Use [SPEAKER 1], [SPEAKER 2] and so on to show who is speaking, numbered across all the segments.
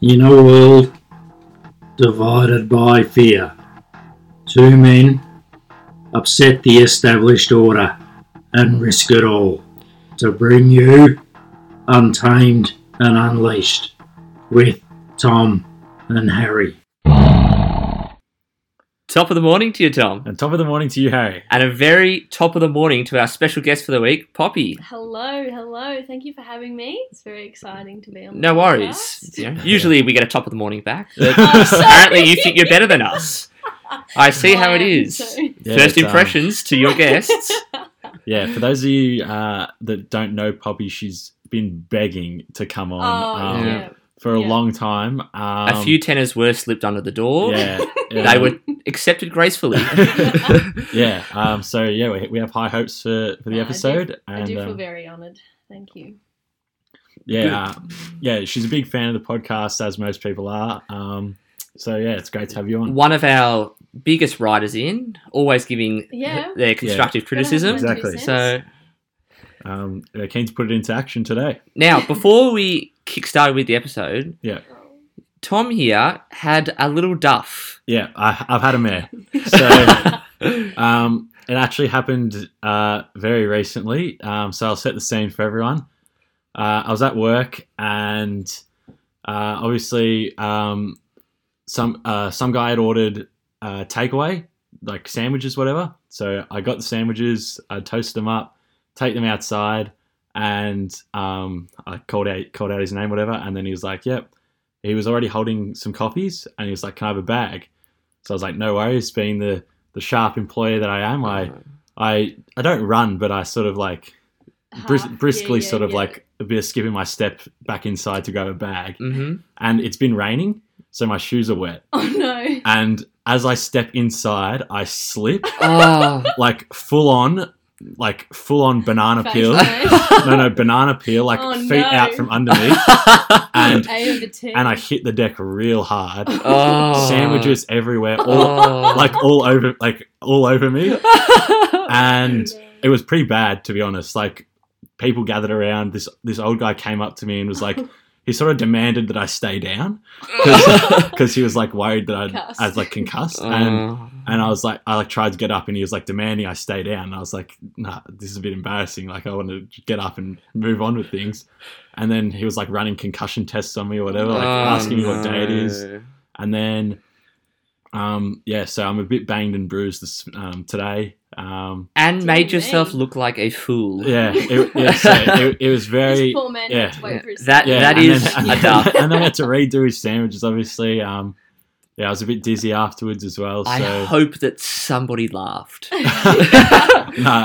[SPEAKER 1] in a world divided by fear. Two men upset the established order and risk it all to bring you Untamed and Unleashed with Tom and Harry.
[SPEAKER 2] Top of the morning to you, Tom.
[SPEAKER 3] And top of the morning to you, Harry.
[SPEAKER 2] And a very top of the morning to our special guest for the week, Poppy.
[SPEAKER 4] Hello, hello. Thank you for having me. It's very exciting to be on. the
[SPEAKER 2] No worries.
[SPEAKER 4] podcast.
[SPEAKER 2] You know, usually we get a top of the morning back. but
[SPEAKER 4] Oh, sorry.
[SPEAKER 2] Apparently, you think you're better than us. I see how it
[SPEAKER 4] I am
[SPEAKER 2] is.
[SPEAKER 4] too.
[SPEAKER 3] Yeah,
[SPEAKER 2] First
[SPEAKER 3] but, um,
[SPEAKER 2] impressions to your guests.
[SPEAKER 3] yeah, for those of you uh, that don't know Poppy, she's been begging to come on
[SPEAKER 4] oh
[SPEAKER 3] um,
[SPEAKER 4] yeah.
[SPEAKER 3] for a
[SPEAKER 4] yeah.
[SPEAKER 3] long time. Um,
[SPEAKER 2] a few tenors were slipped under the door.
[SPEAKER 3] Yeah, yeah.
[SPEAKER 2] They were accepted gracefully.
[SPEAKER 3] Yeah. Um, so yeah, we, we have high hopes for, for the
[SPEAKER 4] Yeah, I do-
[SPEAKER 3] episode,
[SPEAKER 4] I do
[SPEAKER 3] and
[SPEAKER 4] feel
[SPEAKER 3] um,
[SPEAKER 4] very honoured. Thank you.
[SPEAKER 3] yeah, uh, yeah, she's a big fan of the podcast, as most people are. Um, so yeah, it's great to have you on.
[SPEAKER 2] One of our biggest writers in, always giving
[SPEAKER 4] Yeah.
[SPEAKER 2] their constructive criticism.
[SPEAKER 3] Exactly.
[SPEAKER 2] So
[SPEAKER 3] Um, we're keen to put it into action today.
[SPEAKER 2] Now, before we kickstarted with the episode,
[SPEAKER 3] Yeah.
[SPEAKER 2] Tom here had a little duff.
[SPEAKER 3] Yeah, I, I've had a mare. So um, it actually happened uh, very recently. Um, so I'll set the scene for everyone. Uh, I was at work, and uh, obviously, um, some uh, some guy had ordered uh, takeaway, like sandwiches, whatever. So I got the sandwiches, I toasted them up, take them outside, and um, I called out called out his name, whatever. And then he was like, "Yep." He was already holding some coffees, and he was like, "Can I have a bag?" So I was like, "No worries." Being the the sharp employer that I am, I I I don't run, but I sort of like bris-
[SPEAKER 4] Half, yeah,
[SPEAKER 3] briskly,
[SPEAKER 4] yeah,
[SPEAKER 3] sort of
[SPEAKER 4] yeah.
[SPEAKER 3] like a bit of skipping my step back inside to grab a bag.
[SPEAKER 2] hmm
[SPEAKER 3] And it's been raining, so my shoes are wet.
[SPEAKER 4] Oh no.
[SPEAKER 3] And as I step inside, I slip
[SPEAKER 2] Oh,
[SPEAKER 3] like full on, like full on banana
[SPEAKER 4] Fake
[SPEAKER 3] peel.
[SPEAKER 4] nose.
[SPEAKER 3] No, no, banana peel, like
[SPEAKER 4] Oh,
[SPEAKER 3] feet
[SPEAKER 4] no.
[SPEAKER 3] out from under me, and
[SPEAKER 4] A of the T.
[SPEAKER 3] and I hit the deck real hard.
[SPEAKER 2] oh.
[SPEAKER 3] Sandwiches everywhere, all
[SPEAKER 2] Oh.
[SPEAKER 3] like all over, like all over me, and it was pretty bad to be honest like people gathered around this this old guy came up to me and was like he sort of demanded that i stay down because he was like worried that I'd,
[SPEAKER 4] Concussed.
[SPEAKER 3] i was like concussed and
[SPEAKER 2] Oh.
[SPEAKER 3] and i was like i like tried to get up and he was like demanding i stay down and i was like nah this is a bit embarrassing like i want to get up and move on with things and then he was like running concussion tests on me or whatever like
[SPEAKER 2] Oh,
[SPEAKER 3] asking me what
[SPEAKER 2] no.
[SPEAKER 3] day it is and then um yeah so i'm a bit banged and bruised this um today um
[SPEAKER 2] And
[SPEAKER 4] Dear
[SPEAKER 2] made yourself
[SPEAKER 4] me.
[SPEAKER 2] look like a fool.
[SPEAKER 3] Yeah, it, yeah, so it, it was very.
[SPEAKER 4] This poor man
[SPEAKER 3] yeah.
[SPEAKER 4] had to wait for his
[SPEAKER 2] That-
[SPEAKER 3] Yeah,
[SPEAKER 2] that
[SPEAKER 3] and
[SPEAKER 2] is
[SPEAKER 3] then,
[SPEAKER 2] a duff.
[SPEAKER 3] And then I had to redo his sandwiches, obviously. Um, yeah, I was a bit dizzy afterwards as well. So
[SPEAKER 2] I hope that somebody laughed.
[SPEAKER 3] no,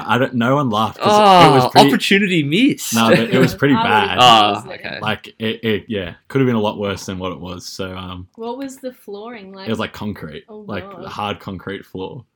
[SPEAKER 3] I don't. No one laughed. 'cause
[SPEAKER 2] Oh,
[SPEAKER 3] it was pretty,
[SPEAKER 2] opportunity missed.
[SPEAKER 3] No, but it was pretty
[SPEAKER 4] I would've
[SPEAKER 3] bad.
[SPEAKER 4] done,
[SPEAKER 2] Oh,
[SPEAKER 4] wasn't it?
[SPEAKER 2] okay.
[SPEAKER 3] Like it, it, yeah, could have been a lot worse than what it was. So um,
[SPEAKER 4] What was the flooring like?
[SPEAKER 3] it was like concrete,
[SPEAKER 4] Oh,
[SPEAKER 3] like
[SPEAKER 4] God.
[SPEAKER 3] hard concrete floor.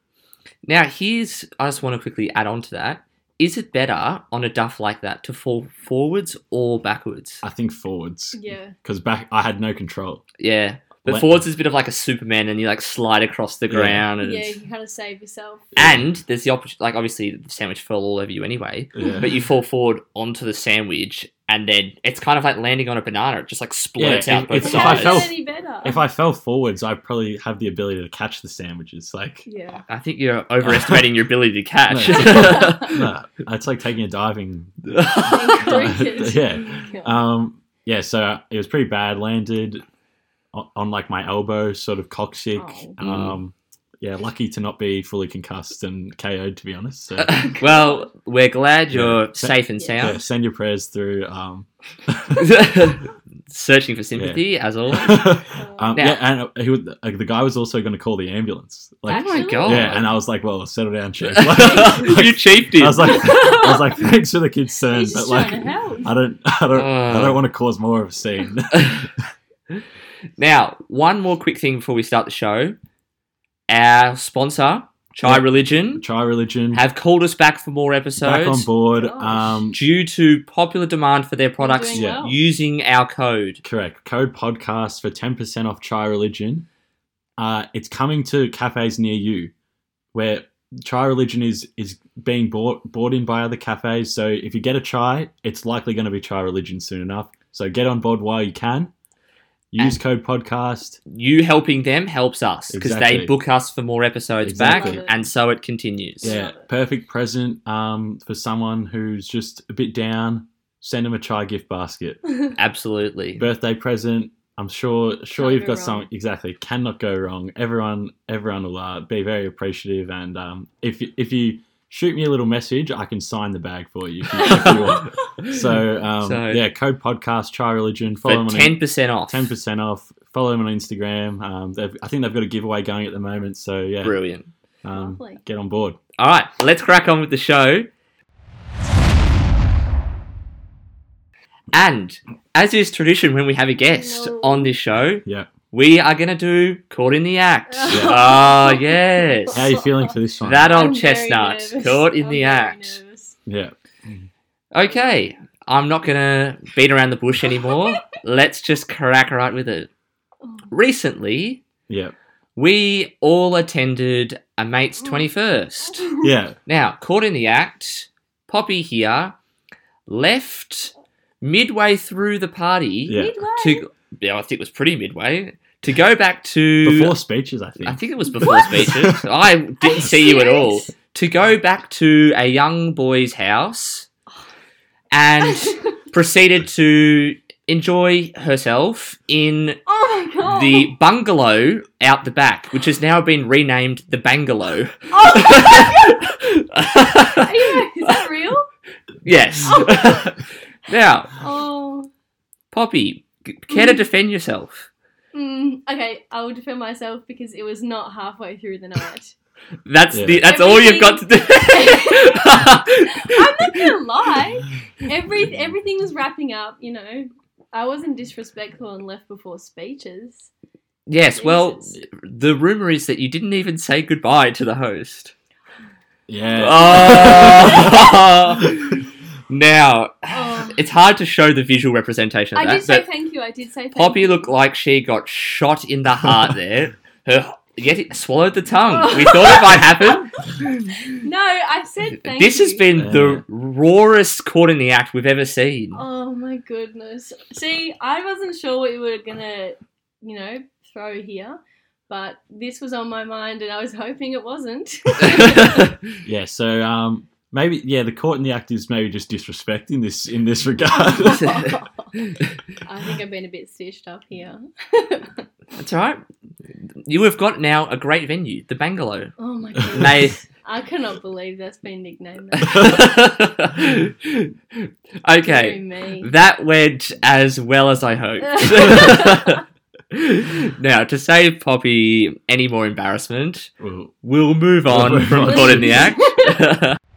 [SPEAKER 2] Now, here's I just want to quickly add on to that. Is it better on a duff like that to fall forwards or backwards?
[SPEAKER 3] I think forwards
[SPEAKER 4] yeah.
[SPEAKER 3] because back I had no control.
[SPEAKER 2] Yeah. But
[SPEAKER 3] Let-
[SPEAKER 2] forwards is a bit of like a Superman and you like slide across the
[SPEAKER 3] Yeah.
[SPEAKER 2] ground and
[SPEAKER 4] Yeah, you kind of save yourself.
[SPEAKER 2] and there's the opportunity like obviously the sandwich fell all over you anyway,
[SPEAKER 3] Yeah.
[SPEAKER 2] but you fall forward onto the sandwich and then it's kind of like landing on a banana, it just like splurts
[SPEAKER 3] Yeah,
[SPEAKER 2] out
[SPEAKER 3] if-
[SPEAKER 2] both
[SPEAKER 3] if-
[SPEAKER 4] How
[SPEAKER 3] I
[SPEAKER 4] is
[SPEAKER 2] sides.
[SPEAKER 4] it
[SPEAKER 3] fell-
[SPEAKER 4] any better?
[SPEAKER 3] If I fell forwards, I probably have the ability to catch the sandwiches. Like
[SPEAKER 4] yeah.
[SPEAKER 2] I think you're overestimating your ability to catch.
[SPEAKER 3] no, it's like taking a diving.
[SPEAKER 4] Cricket.
[SPEAKER 3] Yeah.
[SPEAKER 4] Yeah.
[SPEAKER 3] Um, yeah, so it was pretty bad. Landed on, on like my elbow, sort of
[SPEAKER 4] Oh.
[SPEAKER 3] coccyx. Um, yeah, lucky to not be fully concussed and KO'd, to be honest. So,
[SPEAKER 2] well, we're glad you're
[SPEAKER 3] Yeah.
[SPEAKER 2] safe and
[SPEAKER 3] yeah,
[SPEAKER 2] sound.
[SPEAKER 3] send your prayers through. Um,
[SPEAKER 2] Searching for sympathy, as always. Now-
[SPEAKER 3] um, yeah, and he was, like, the guy was also going to call the ambulance. Like,
[SPEAKER 2] oh my
[SPEAKER 4] Actually?
[SPEAKER 2] god!
[SPEAKER 3] yeah, and I was like, "Well, settle down, chief." Like, I
[SPEAKER 2] you chiefed it.
[SPEAKER 3] was like, I was like, "Thanks for the concern,
[SPEAKER 4] He's
[SPEAKER 3] but
[SPEAKER 4] just
[SPEAKER 3] like,
[SPEAKER 4] trying to help.
[SPEAKER 3] I don't, I don't, I
[SPEAKER 2] Uh.
[SPEAKER 3] don't want to cause more of a scene."
[SPEAKER 2] now, one more quick thing before we start the show. Our sponsor, Chai
[SPEAKER 3] Yeah.
[SPEAKER 2] Religion,
[SPEAKER 3] Try religion.
[SPEAKER 2] have called us back for more
[SPEAKER 3] Mm. back on
[SPEAKER 2] episodes
[SPEAKER 3] board.
[SPEAKER 4] Gosh.
[SPEAKER 3] Um,
[SPEAKER 2] due to popular demand for their products
[SPEAKER 4] doing
[SPEAKER 3] yeah.
[SPEAKER 4] well.
[SPEAKER 2] using our code.
[SPEAKER 3] correct. Code podcast for ten percent off. Try religion. Uh, it's coming to cafes near you, where try religion is is being bought bought in by other cafes. So if you get a try, it's likely going to be try religion soon enough. So get on board while you can. Use
[SPEAKER 2] And-
[SPEAKER 3] code podcast.
[SPEAKER 2] You helping them helps us because they
[SPEAKER 3] Exactly.
[SPEAKER 2] book us for more episodes
[SPEAKER 3] Exactly.
[SPEAKER 2] back, and so it continues.
[SPEAKER 3] Yeah, perfect present um, for someone who's just a bit down. Send them a chai gift basket.
[SPEAKER 2] Absolutely.
[SPEAKER 3] Birthday present. I'm sure sure
[SPEAKER 4] Can't
[SPEAKER 3] you've
[SPEAKER 4] go
[SPEAKER 3] got
[SPEAKER 4] wrong.
[SPEAKER 3] some exactly cannot go wrong. Everyone everyone will uh, be very appreciative and um, if you- if you shoot me a little message, I can sign the bag for you if you, if you want. So, um,
[SPEAKER 2] So-
[SPEAKER 3] yeah, code podcast try religion. Follow
[SPEAKER 2] for
[SPEAKER 3] them on
[SPEAKER 2] ten percent off.
[SPEAKER 3] ten percent off. Follow them on Instagram. Um, they've, I think they've got a giveaway going at the moment. So yeah,
[SPEAKER 2] Brilliant.
[SPEAKER 3] um,
[SPEAKER 4] Lovely.
[SPEAKER 3] get on board.
[SPEAKER 2] All right, let's crack on with the show. And as is tradition when we have a guest
[SPEAKER 4] No.
[SPEAKER 2] on this show,
[SPEAKER 3] Yeah.
[SPEAKER 2] we are going to do Caught in the Act.
[SPEAKER 4] Yeah.
[SPEAKER 2] Oh, yes.
[SPEAKER 3] How are you feeling for this one?
[SPEAKER 2] That
[SPEAKER 4] I'm
[SPEAKER 2] old
[SPEAKER 4] very
[SPEAKER 2] chestnut
[SPEAKER 4] nervous.
[SPEAKER 2] caught in
[SPEAKER 4] I'm
[SPEAKER 2] the
[SPEAKER 4] very
[SPEAKER 2] act.
[SPEAKER 4] nervous.
[SPEAKER 3] yeah,
[SPEAKER 2] Okay, I'm not going to beat around the bush anymore. let's just crack right with it.
[SPEAKER 4] Oh,
[SPEAKER 2] Recently,
[SPEAKER 3] yeah,
[SPEAKER 2] we all attended a mate's
[SPEAKER 4] Mm.
[SPEAKER 2] 21st.
[SPEAKER 3] yeah.
[SPEAKER 2] Now, caught in the act, Poppy here left midway through the party
[SPEAKER 3] Yeah.
[SPEAKER 4] midway.
[SPEAKER 2] to yeah, I think it was pretty midway to go back to
[SPEAKER 3] Before speeches, I think.
[SPEAKER 2] I think it was before speeches. I didn't
[SPEAKER 4] Are you
[SPEAKER 2] see you at all.
[SPEAKER 4] serious?
[SPEAKER 2] To go back to a young boy's house and proceeded to enjoy herself in
[SPEAKER 4] oh my god.
[SPEAKER 2] the bungalow out the back, which has now been renamed the Bangalow.
[SPEAKER 4] Oh my Are you- is that real?
[SPEAKER 2] yes. now,
[SPEAKER 4] Oh.
[SPEAKER 2] Poppy, c- care to defend yourself?
[SPEAKER 4] Mm, okay, I will defend myself because it was not halfway through the night.
[SPEAKER 2] That's
[SPEAKER 3] Yeah.
[SPEAKER 2] the that's all you've got to do.
[SPEAKER 4] I'm not gonna lie. Every everything was wrapping up. You know, I wasn't disrespectful and left before speeches.
[SPEAKER 2] yes, well,
[SPEAKER 4] Jesus.
[SPEAKER 2] the rumor is that you didn't even say goodbye to the host.
[SPEAKER 3] yeah.
[SPEAKER 2] Oh. now,
[SPEAKER 4] Oh.
[SPEAKER 2] it's hard to show the visual representation of
[SPEAKER 4] I
[SPEAKER 2] that,
[SPEAKER 4] did say
[SPEAKER 2] but
[SPEAKER 4] thank you. I did say thank
[SPEAKER 2] Poppy
[SPEAKER 4] you.
[SPEAKER 2] looked like she got shot in the heart there. Her yet it swallowed the
[SPEAKER 4] Oh.
[SPEAKER 2] tongue. We thought it might happen.
[SPEAKER 4] No, I said thank
[SPEAKER 2] this
[SPEAKER 4] you.
[SPEAKER 2] has been the rawest caught in the act we've ever seen.
[SPEAKER 4] Oh my goodness. See, I wasn't sure what you were gonna, you know, throw here, but this was on my mind, and I was hoping it wasn't.
[SPEAKER 3] yeah. So um, maybe yeah, the court and the act is maybe just disrespect in this in this regard.
[SPEAKER 4] I think I've been a bit stitched up here.
[SPEAKER 2] That's all right. You have got now a great venue, the Bangalow.
[SPEAKER 4] Oh my goodness.
[SPEAKER 2] May-
[SPEAKER 4] I cannot believe that's been nicknamed. That. Through
[SPEAKER 2] okay,
[SPEAKER 4] Me.
[SPEAKER 2] that went as well as I hoped. now, to save Poppy any more embarrassment,
[SPEAKER 3] Well,
[SPEAKER 2] we'll move
[SPEAKER 3] We'll
[SPEAKER 2] on
[SPEAKER 3] move
[SPEAKER 2] from
[SPEAKER 3] on.
[SPEAKER 2] Caught in the Act.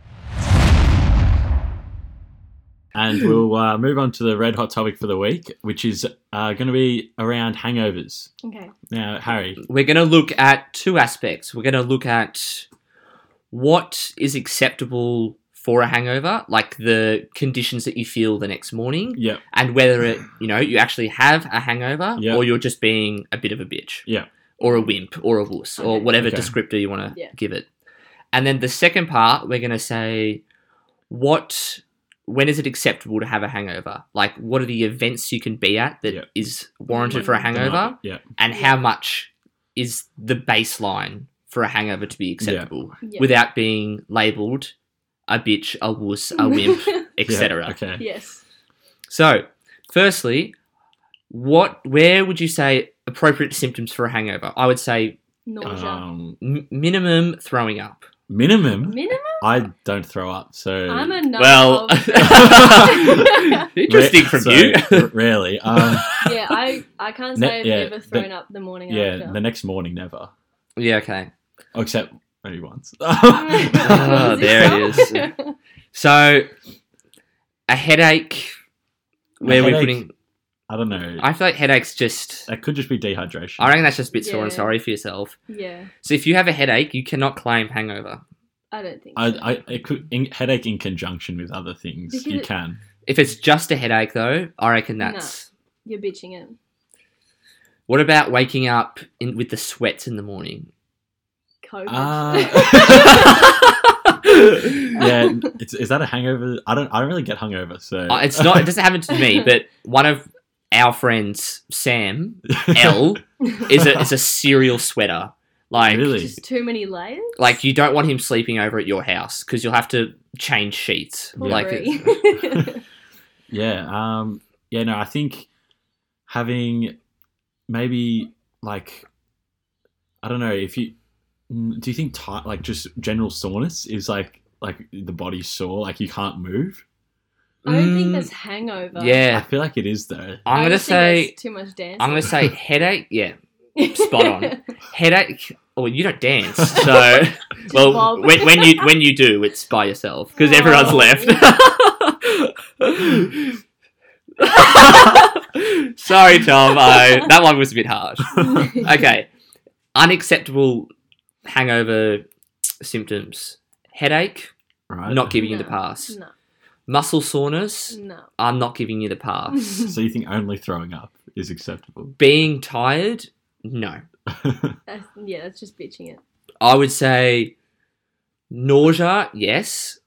[SPEAKER 3] and we'll uh, move on to the red hot topic for the week, which is uh, going to be around hangovers.
[SPEAKER 4] Okay.
[SPEAKER 3] Now, Harry,
[SPEAKER 2] We're going to look at two aspects. We're going to look at what is acceptable for a hangover, like the conditions that you feel the next morning.
[SPEAKER 3] yeah,
[SPEAKER 2] and whether it you know you actually have a hangover
[SPEAKER 3] Yeah.
[SPEAKER 2] or you're just being a bit of a bitch
[SPEAKER 3] Yeah.
[SPEAKER 2] or a wimp or a wuss or
[SPEAKER 4] Okay.
[SPEAKER 2] whatever
[SPEAKER 3] Okay.
[SPEAKER 2] descriptor you want to
[SPEAKER 4] Yeah.
[SPEAKER 2] give it and then the second part we're going to say what when is it acceptable to have a hangover like what are the events you can be at that is
[SPEAKER 3] Yeah.
[SPEAKER 2] warranted for a hangover
[SPEAKER 3] yeah,
[SPEAKER 2] and how much is the baseline for a hangover to be acceptable
[SPEAKER 4] Yeah.
[SPEAKER 2] without being labeled a bitch a wuss a wimp
[SPEAKER 3] yeah,
[SPEAKER 2] etc
[SPEAKER 3] Okay.
[SPEAKER 4] yes.
[SPEAKER 2] so, firstly, what where would you say appropriate symptoms for a hangover? I would say
[SPEAKER 4] Nausea.
[SPEAKER 3] Um,
[SPEAKER 2] m- minimum throwing up.
[SPEAKER 3] minimum.
[SPEAKER 4] Minimum.
[SPEAKER 3] I don't throw up, so
[SPEAKER 4] I'm a nut.
[SPEAKER 2] well,
[SPEAKER 4] Oh.
[SPEAKER 2] interesting from
[SPEAKER 3] so,
[SPEAKER 2] you.
[SPEAKER 3] r- Rarely. Um,
[SPEAKER 4] yeah, I, I can't
[SPEAKER 3] Ne-
[SPEAKER 4] say I've
[SPEAKER 3] yeah,
[SPEAKER 4] ever
[SPEAKER 3] the-
[SPEAKER 4] thrown up the morning
[SPEAKER 3] yeah,
[SPEAKER 4] after.
[SPEAKER 3] the next morning, never.
[SPEAKER 2] yeah, okay.
[SPEAKER 3] Except maybe once.
[SPEAKER 2] Ah,
[SPEAKER 4] Is
[SPEAKER 2] there it
[SPEAKER 4] so?
[SPEAKER 2] So, a headache. Where we're
[SPEAKER 3] headache.
[SPEAKER 2] putting,
[SPEAKER 3] I don't know.
[SPEAKER 2] I feel like headaches just.
[SPEAKER 3] that could just be dehydration.
[SPEAKER 2] I reckon that's just a bit sore and
[SPEAKER 4] Yeah.
[SPEAKER 2] sorry for yourself.
[SPEAKER 4] yeah,
[SPEAKER 2] So if you have a headache, you cannot claim hangover.
[SPEAKER 4] I don't think.
[SPEAKER 3] I,
[SPEAKER 4] so.
[SPEAKER 3] I it could in, headache in conjunction with other things.
[SPEAKER 4] Because
[SPEAKER 3] you
[SPEAKER 4] it-
[SPEAKER 3] can.
[SPEAKER 2] If it's just a headache, though, I reckon
[SPEAKER 4] No.
[SPEAKER 2] that's.
[SPEAKER 4] You're bitching it.
[SPEAKER 2] What about waking up in, with the sweats in the morning?
[SPEAKER 4] COVID.
[SPEAKER 3] Ah, Uh, Yeah,
[SPEAKER 2] Oh,
[SPEAKER 3] it's, is that a hangover? I don't. I don't really get hungover, so
[SPEAKER 2] Uh, it's not. It doesn't happen to me, but one of our friend Sam L is a is a serial sweater. Like
[SPEAKER 3] really?
[SPEAKER 4] Just too many layers.
[SPEAKER 2] like you don't want him sleeping over at your house because you'll have to change sheets.
[SPEAKER 4] Poor
[SPEAKER 2] Like
[SPEAKER 4] Bree.
[SPEAKER 2] it's-
[SPEAKER 3] Yeah. Um, yeah, no, I think having maybe like, I don't know if you, mm, do you think tight, like just general soreness is like, like the body's sore, like you can't move?
[SPEAKER 4] I don't think
[SPEAKER 2] Mm,
[SPEAKER 4] that's hangover.
[SPEAKER 3] I
[SPEAKER 2] yeah.
[SPEAKER 3] feel like it is though.
[SPEAKER 2] I'm
[SPEAKER 4] I
[SPEAKER 2] gonna
[SPEAKER 4] just think
[SPEAKER 2] say
[SPEAKER 4] that's too much dance.
[SPEAKER 2] I'm gonna say headache. Yeah, spot on. headache. Oh, you don't dance,
[SPEAKER 3] Just
[SPEAKER 2] so well
[SPEAKER 4] bob.
[SPEAKER 2] when, when you when you do, it's by yourself because everyone's
[SPEAKER 4] Oh.
[SPEAKER 2] left. Sorry, Tom. I, that one was a bit harsh. Okay, unacceptable hangover symptoms: headache,
[SPEAKER 3] Right.
[SPEAKER 2] not giving you
[SPEAKER 4] No,
[SPEAKER 2] the pass;
[SPEAKER 4] No,
[SPEAKER 2] muscle soreness,
[SPEAKER 4] no.
[SPEAKER 2] I'm not giving you the pass;
[SPEAKER 3] So you think only throwing up is acceptable?
[SPEAKER 2] being tired, no.
[SPEAKER 4] That's, yeah, that's just bitching it.
[SPEAKER 2] I would say nausea, yes.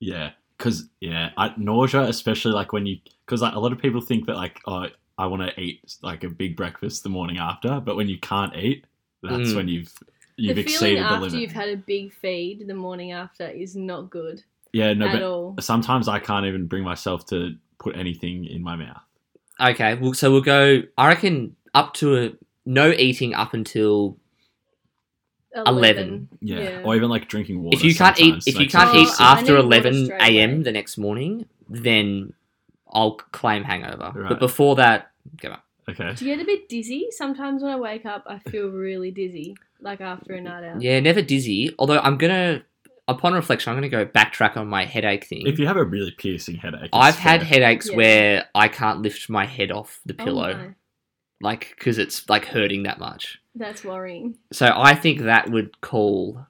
[SPEAKER 3] yeah. Cause yeah, I, nausea, especially like when you, cause like a lot of people think that like, oh, I want to eat like a big breakfast the morning after, but when you can't eat, that's
[SPEAKER 2] Mm.
[SPEAKER 3] when you've you've
[SPEAKER 4] the feeling
[SPEAKER 3] exceeded the
[SPEAKER 4] after
[SPEAKER 3] limit.
[SPEAKER 4] you've had a big feed the morning after is not good
[SPEAKER 3] yeah, no,
[SPEAKER 4] at
[SPEAKER 3] but
[SPEAKER 4] all.
[SPEAKER 3] sometimes I can't even bring myself to put anything in my mouth.
[SPEAKER 2] Okay, well, so we'll go. I reckon up to a, no eating up until 11.
[SPEAKER 3] Yeah. Or even like drinking water.
[SPEAKER 2] if you can't eat
[SPEAKER 3] sometimes,
[SPEAKER 2] if
[SPEAKER 3] like,
[SPEAKER 2] you can't
[SPEAKER 4] Oh,
[SPEAKER 2] eat
[SPEAKER 3] sometimes-
[SPEAKER 4] I need
[SPEAKER 2] after
[SPEAKER 4] water
[SPEAKER 2] eleven
[SPEAKER 4] straight
[SPEAKER 2] a.m.
[SPEAKER 4] away.
[SPEAKER 2] the next morning, then I'll claim hangover.
[SPEAKER 3] Right.
[SPEAKER 2] But before that, give up.
[SPEAKER 3] Okay.
[SPEAKER 4] Do you get a bit dizzy? Sometimes when I wake up, I feel really dizzy, like after a night out.
[SPEAKER 2] Yeah, never dizzy. Although I'm gonna, upon reflection, I'm gonna go backtrack on my headache thing.
[SPEAKER 3] If you have a really piercing headache,
[SPEAKER 2] I've
[SPEAKER 3] it's
[SPEAKER 2] had
[SPEAKER 3] fair.
[SPEAKER 2] headaches
[SPEAKER 4] Yeah.
[SPEAKER 2] where I can't lift my head off the
[SPEAKER 4] Oh
[SPEAKER 2] pillow,
[SPEAKER 4] my,
[SPEAKER 2] like because it's like hurting that much.
[SPEAKER 4] that's worrying.
[SPEAKER 2] So I think that would call.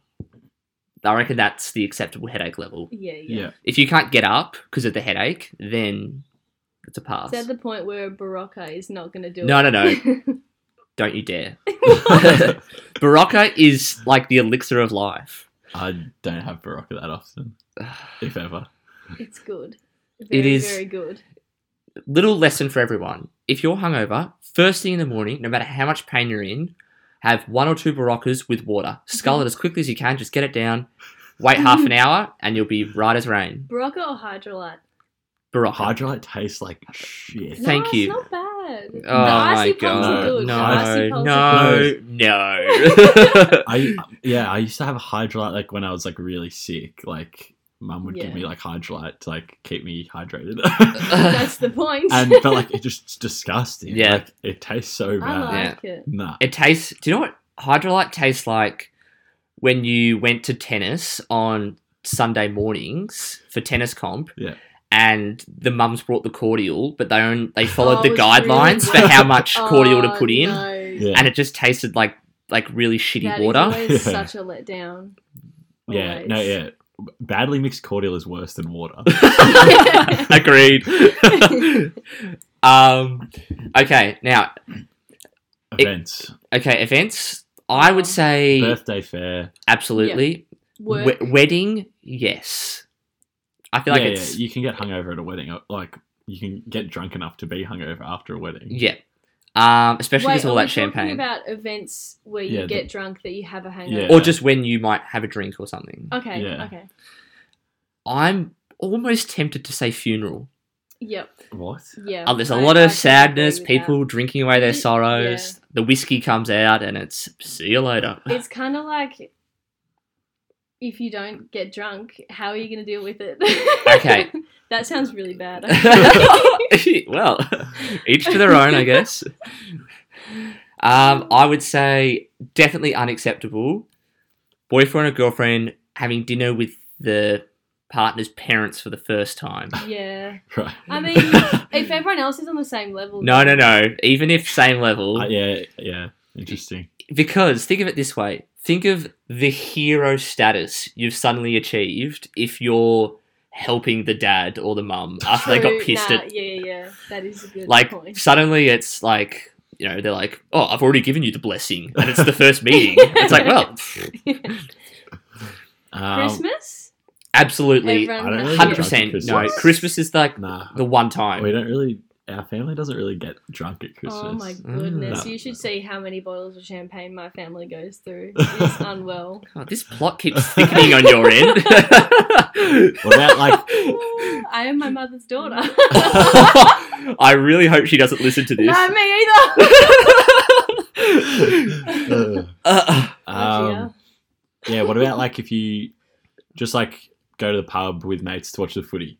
[SPEAKER 2] I reckon that's the acceptable headache level.
[SPEAKER 4] Yeah, yeah.
[SPEAKER 3] Yeah.
[SPEAKER 2] If you can't get up because of the headache, then it's a pass.
[SPEAKER 4] It's at the point where Barocca is not going to do
[SPEAKER 2] No, no,
[SPEAKER 4] it.
[SPEAKER 2] no. Don't you dare. Barocca is like the elixir of life.
[SPEAKER 3] I don't have Barocca that often, if ever.
[SPEAKER 4] It's good. Very,
[SPEAKER 2] It is-
[SPEAKER 4] very good.
[SPEAKER 2] Little lesson for everyone. If you're hungover, first thing in the morning, no matter how much pain you're in, have one or two Baroccas with water.
[SPEAKER 4] Mm-hmm.
[SPEAKER 2] Scull it as quickly as you can, just get it down. Wait half an hour and you'll be right as rain.
[SPEAKER 4] Barocca or Hydrolite?
[SPEAKER 2] Barocca.
[SPEAKER 3] Hydrolite tastes like shit.
[SPEAKER 2] Thank
[SPEAKER 4] no,
[SPEAKER 2] you.
[SPEAKER 4] It's not bad.
[SPEAKER 2] Oh
[SPEAKER 4] the icy
[SPEAKER 2] my
[SPEAKER 4] poles
[SPEAKER 2] god!
[SPEAKER 4] are good.
[SPEAKER 2] No,
[SPEAKER 4] The icy poles are
[SPEAKER 2] no,
[SPEAKER 4] good.
[SPEAKER 2] no!
[SPEAKER 3] I yeah, I used to have Hydrolite like when I was like really sick. Like mum would give
[SPEAKER 4] Yeah.
[SPEAKER 3] me like Hydrolite to like keep me hydrated.
[SPEAKER 4] That's the point.
[SPEAKER 3] and but like it just it's disgusting.
[SPEAKER 2] Yeah.
[SPEAKER 3] Like, it tastes so
[SPEAKER 4] I
[SPEAKER 3] bad.
[SPEAKER 4] like it.
[SPEAKER 3] Nah.
[SPEAKER 2] it tastes. Do you know what hydrolite tastes like? When you went to tennis on Sunday mornings for tennis comp,
[SPEAKER 3] Yeah.
[SPEAKER 2] and the mums brought the cordial, but they own, they followed
[SPEAKER 4] Oh,
[SPEAKER 2] the
[SPEAKER 4] it's really
[SPEAKER 2] guidelines for
[SPEAKER 3] good.
[SPEAKER 2] how much cordial to
[SPEAKER 4] Oh,
[SPEAKER 2] put in,
[SPEAKER 4] no.
[SPEAKER 3] Yeah.
[SPEAKER 2] and it just tasted like like really shitty
[SPEAKER 4] That is
[SPEAKER 2] water.
[SPEAKER 4] always
[SPEAKER 3] Yeah.
[SPEAKER 4] such a letdown.
[SPEAKER 3] yeah,
[SPEAKER 4] Always.
[SPEAKER 3] no, yeah. Badly mixed cordial is worse than water.
[SPEAKER 2] Agreed. um, okay, now
[SPEAKER 3] Events,
[SPEAKER 2] Okay, events. I would
[SPEAKER 4] Um,
[SPEAKER 2] say
[SPEAKER 3] birthday fair.
[SPEAKER 2] absolutely.
[SPEAKER 4] Work.
[SPEAKER 2] We- wedding, yes. I feel
[SPEAKER 3] Yeah,
[SPEAKER 2] like
[SPEAKER 3] yeah,
[SPEAKER 2] it's yeah.
[SPEAKER 3] you can get hungover at a wedding. or, Like you can get drunk enough to be hungover after a wedding.
[SPEAKER 2] Um, especially
[SPEAKER 4] Wait,
[SPEAKER 2] with all
[SPEAKER 4] are we
[SPEAKER 2] that
[SPEAKER 4] talking
[SPEAKER 2] champagne,
[SPEAKER 4] about events where you
[SPEAKER 3] Yeah,
[SPEAKER 4] get drunk that you have a hangover?
[SPEAKER 3] Yeah.
[SPEAKER 2] or just when you might have a drink or something.
[SPEAKER 4] Okay.
[SPEAKER 3] Yeah.
[SPEAKER 4] Okay.
[SPEAKER 2] I'm almost tempted to say funeral.
[SPEAKER 4] Yep.
[SPEAKER 3] What?
[SPEAKER 4] Yeah.
[SPEAKER 2] Uh, there's a
[SPEAKER 4] I-
[SPEAKER 2] lot
[SPEAKER 4] Oh I
[SPEAKER 2] of
[SPEAKER 4] can
[SPEAKER 2] sadness,
[SPEAKER 4] agree with
[SPEAKER 2] people drinking away their
[SPEAKER 4] Yeah.
[SPEAKER 2] sorrows. The whiskey comes out, and it's see you later.
[SPEAKER 4] that. It's kind of like if you don't get drunk, how are you going to deal with it?
[SPEAKER 2] Okay.
[SPEAKER 4] that sounds really bad.
[SPEAKER 2] well, each to their own, I guess. Um, I would say definitely unacceptable. Boyfriend or girlfriend having dinner with the partner's parents for the first time.
[SPEAKER 4] yeah.
[SPEAKER 3] Right.
[SPEAKER 4] I mean, if everyone else is on the same level.
[SPEAKER 2] No, no,
[SPEAKER 4] then-
[SPEAKER 2] no. Even if same level,
[SPEAKER 3] Uh, yeah, yeah. Interesting.
[SPEAKER 2] because think of it this way: think of the hero status you've suddenly achieved if you're helping the dad or the mum after they got
[SPEAKER 4] True,
[SPEAKER 2] pissed
[SPEAKER 4] nah,
[SPEAKER 2] at
[SPEAKER 4] Yeah, yeah, yeah. That is a good
[SPEAKER 2] like
[SPEAKER 4] point.
[SPEAKER 2] suddenly it's like you know they're like oh i've already given you the blessing and it's the first meeting it's like well
[SPEAKER 3] Um,
[SPEAKER 4] Christmas?
[SPEAKER 2] absolutely
[SPEAKER 4] Everyone
[SPEAKER 3] I don't really
[SPEAKER 4] has-
[SPEAKER 3] get drunk
[SPEAKER 2] 100%
[SPEAKER 3] at
[SPEAKER 2] no
[SPEAKER 3] Christmas.
[SPEAKER 2] christmas is like
[SPEAKER 3] Um, nah.
[SPEAKER 2] the one
[SPEAKER 3] We
[SPEAKER 2] time
[SPEAKER 3] don't really our family doesn't really get drunk at Christmas.
[SPEAKER 4] Oh my goodness!
[SPEAKER 2] Mm.
[SPEAKER 3] No.
[SPEAKER 4] You should see how many bottles of champagne my family goes through. It's unwell.
[SPEAKER 2] God, Oh, this plot keeps thickening on your end.
[SPEAKER 3] What about like
[SPEAKER 4] Ooh, I am my mother's daughter. no, me
[SPEAKER 2] I really hope she doesn't listen to this.
[SPEAKER 4] either.
[SPEAKER 3] Ugh.
[SPEAKER 2] Uh,
[SPEAKER 3] um, yeah, what about like if you just like go to the pub with mates to watch the footy?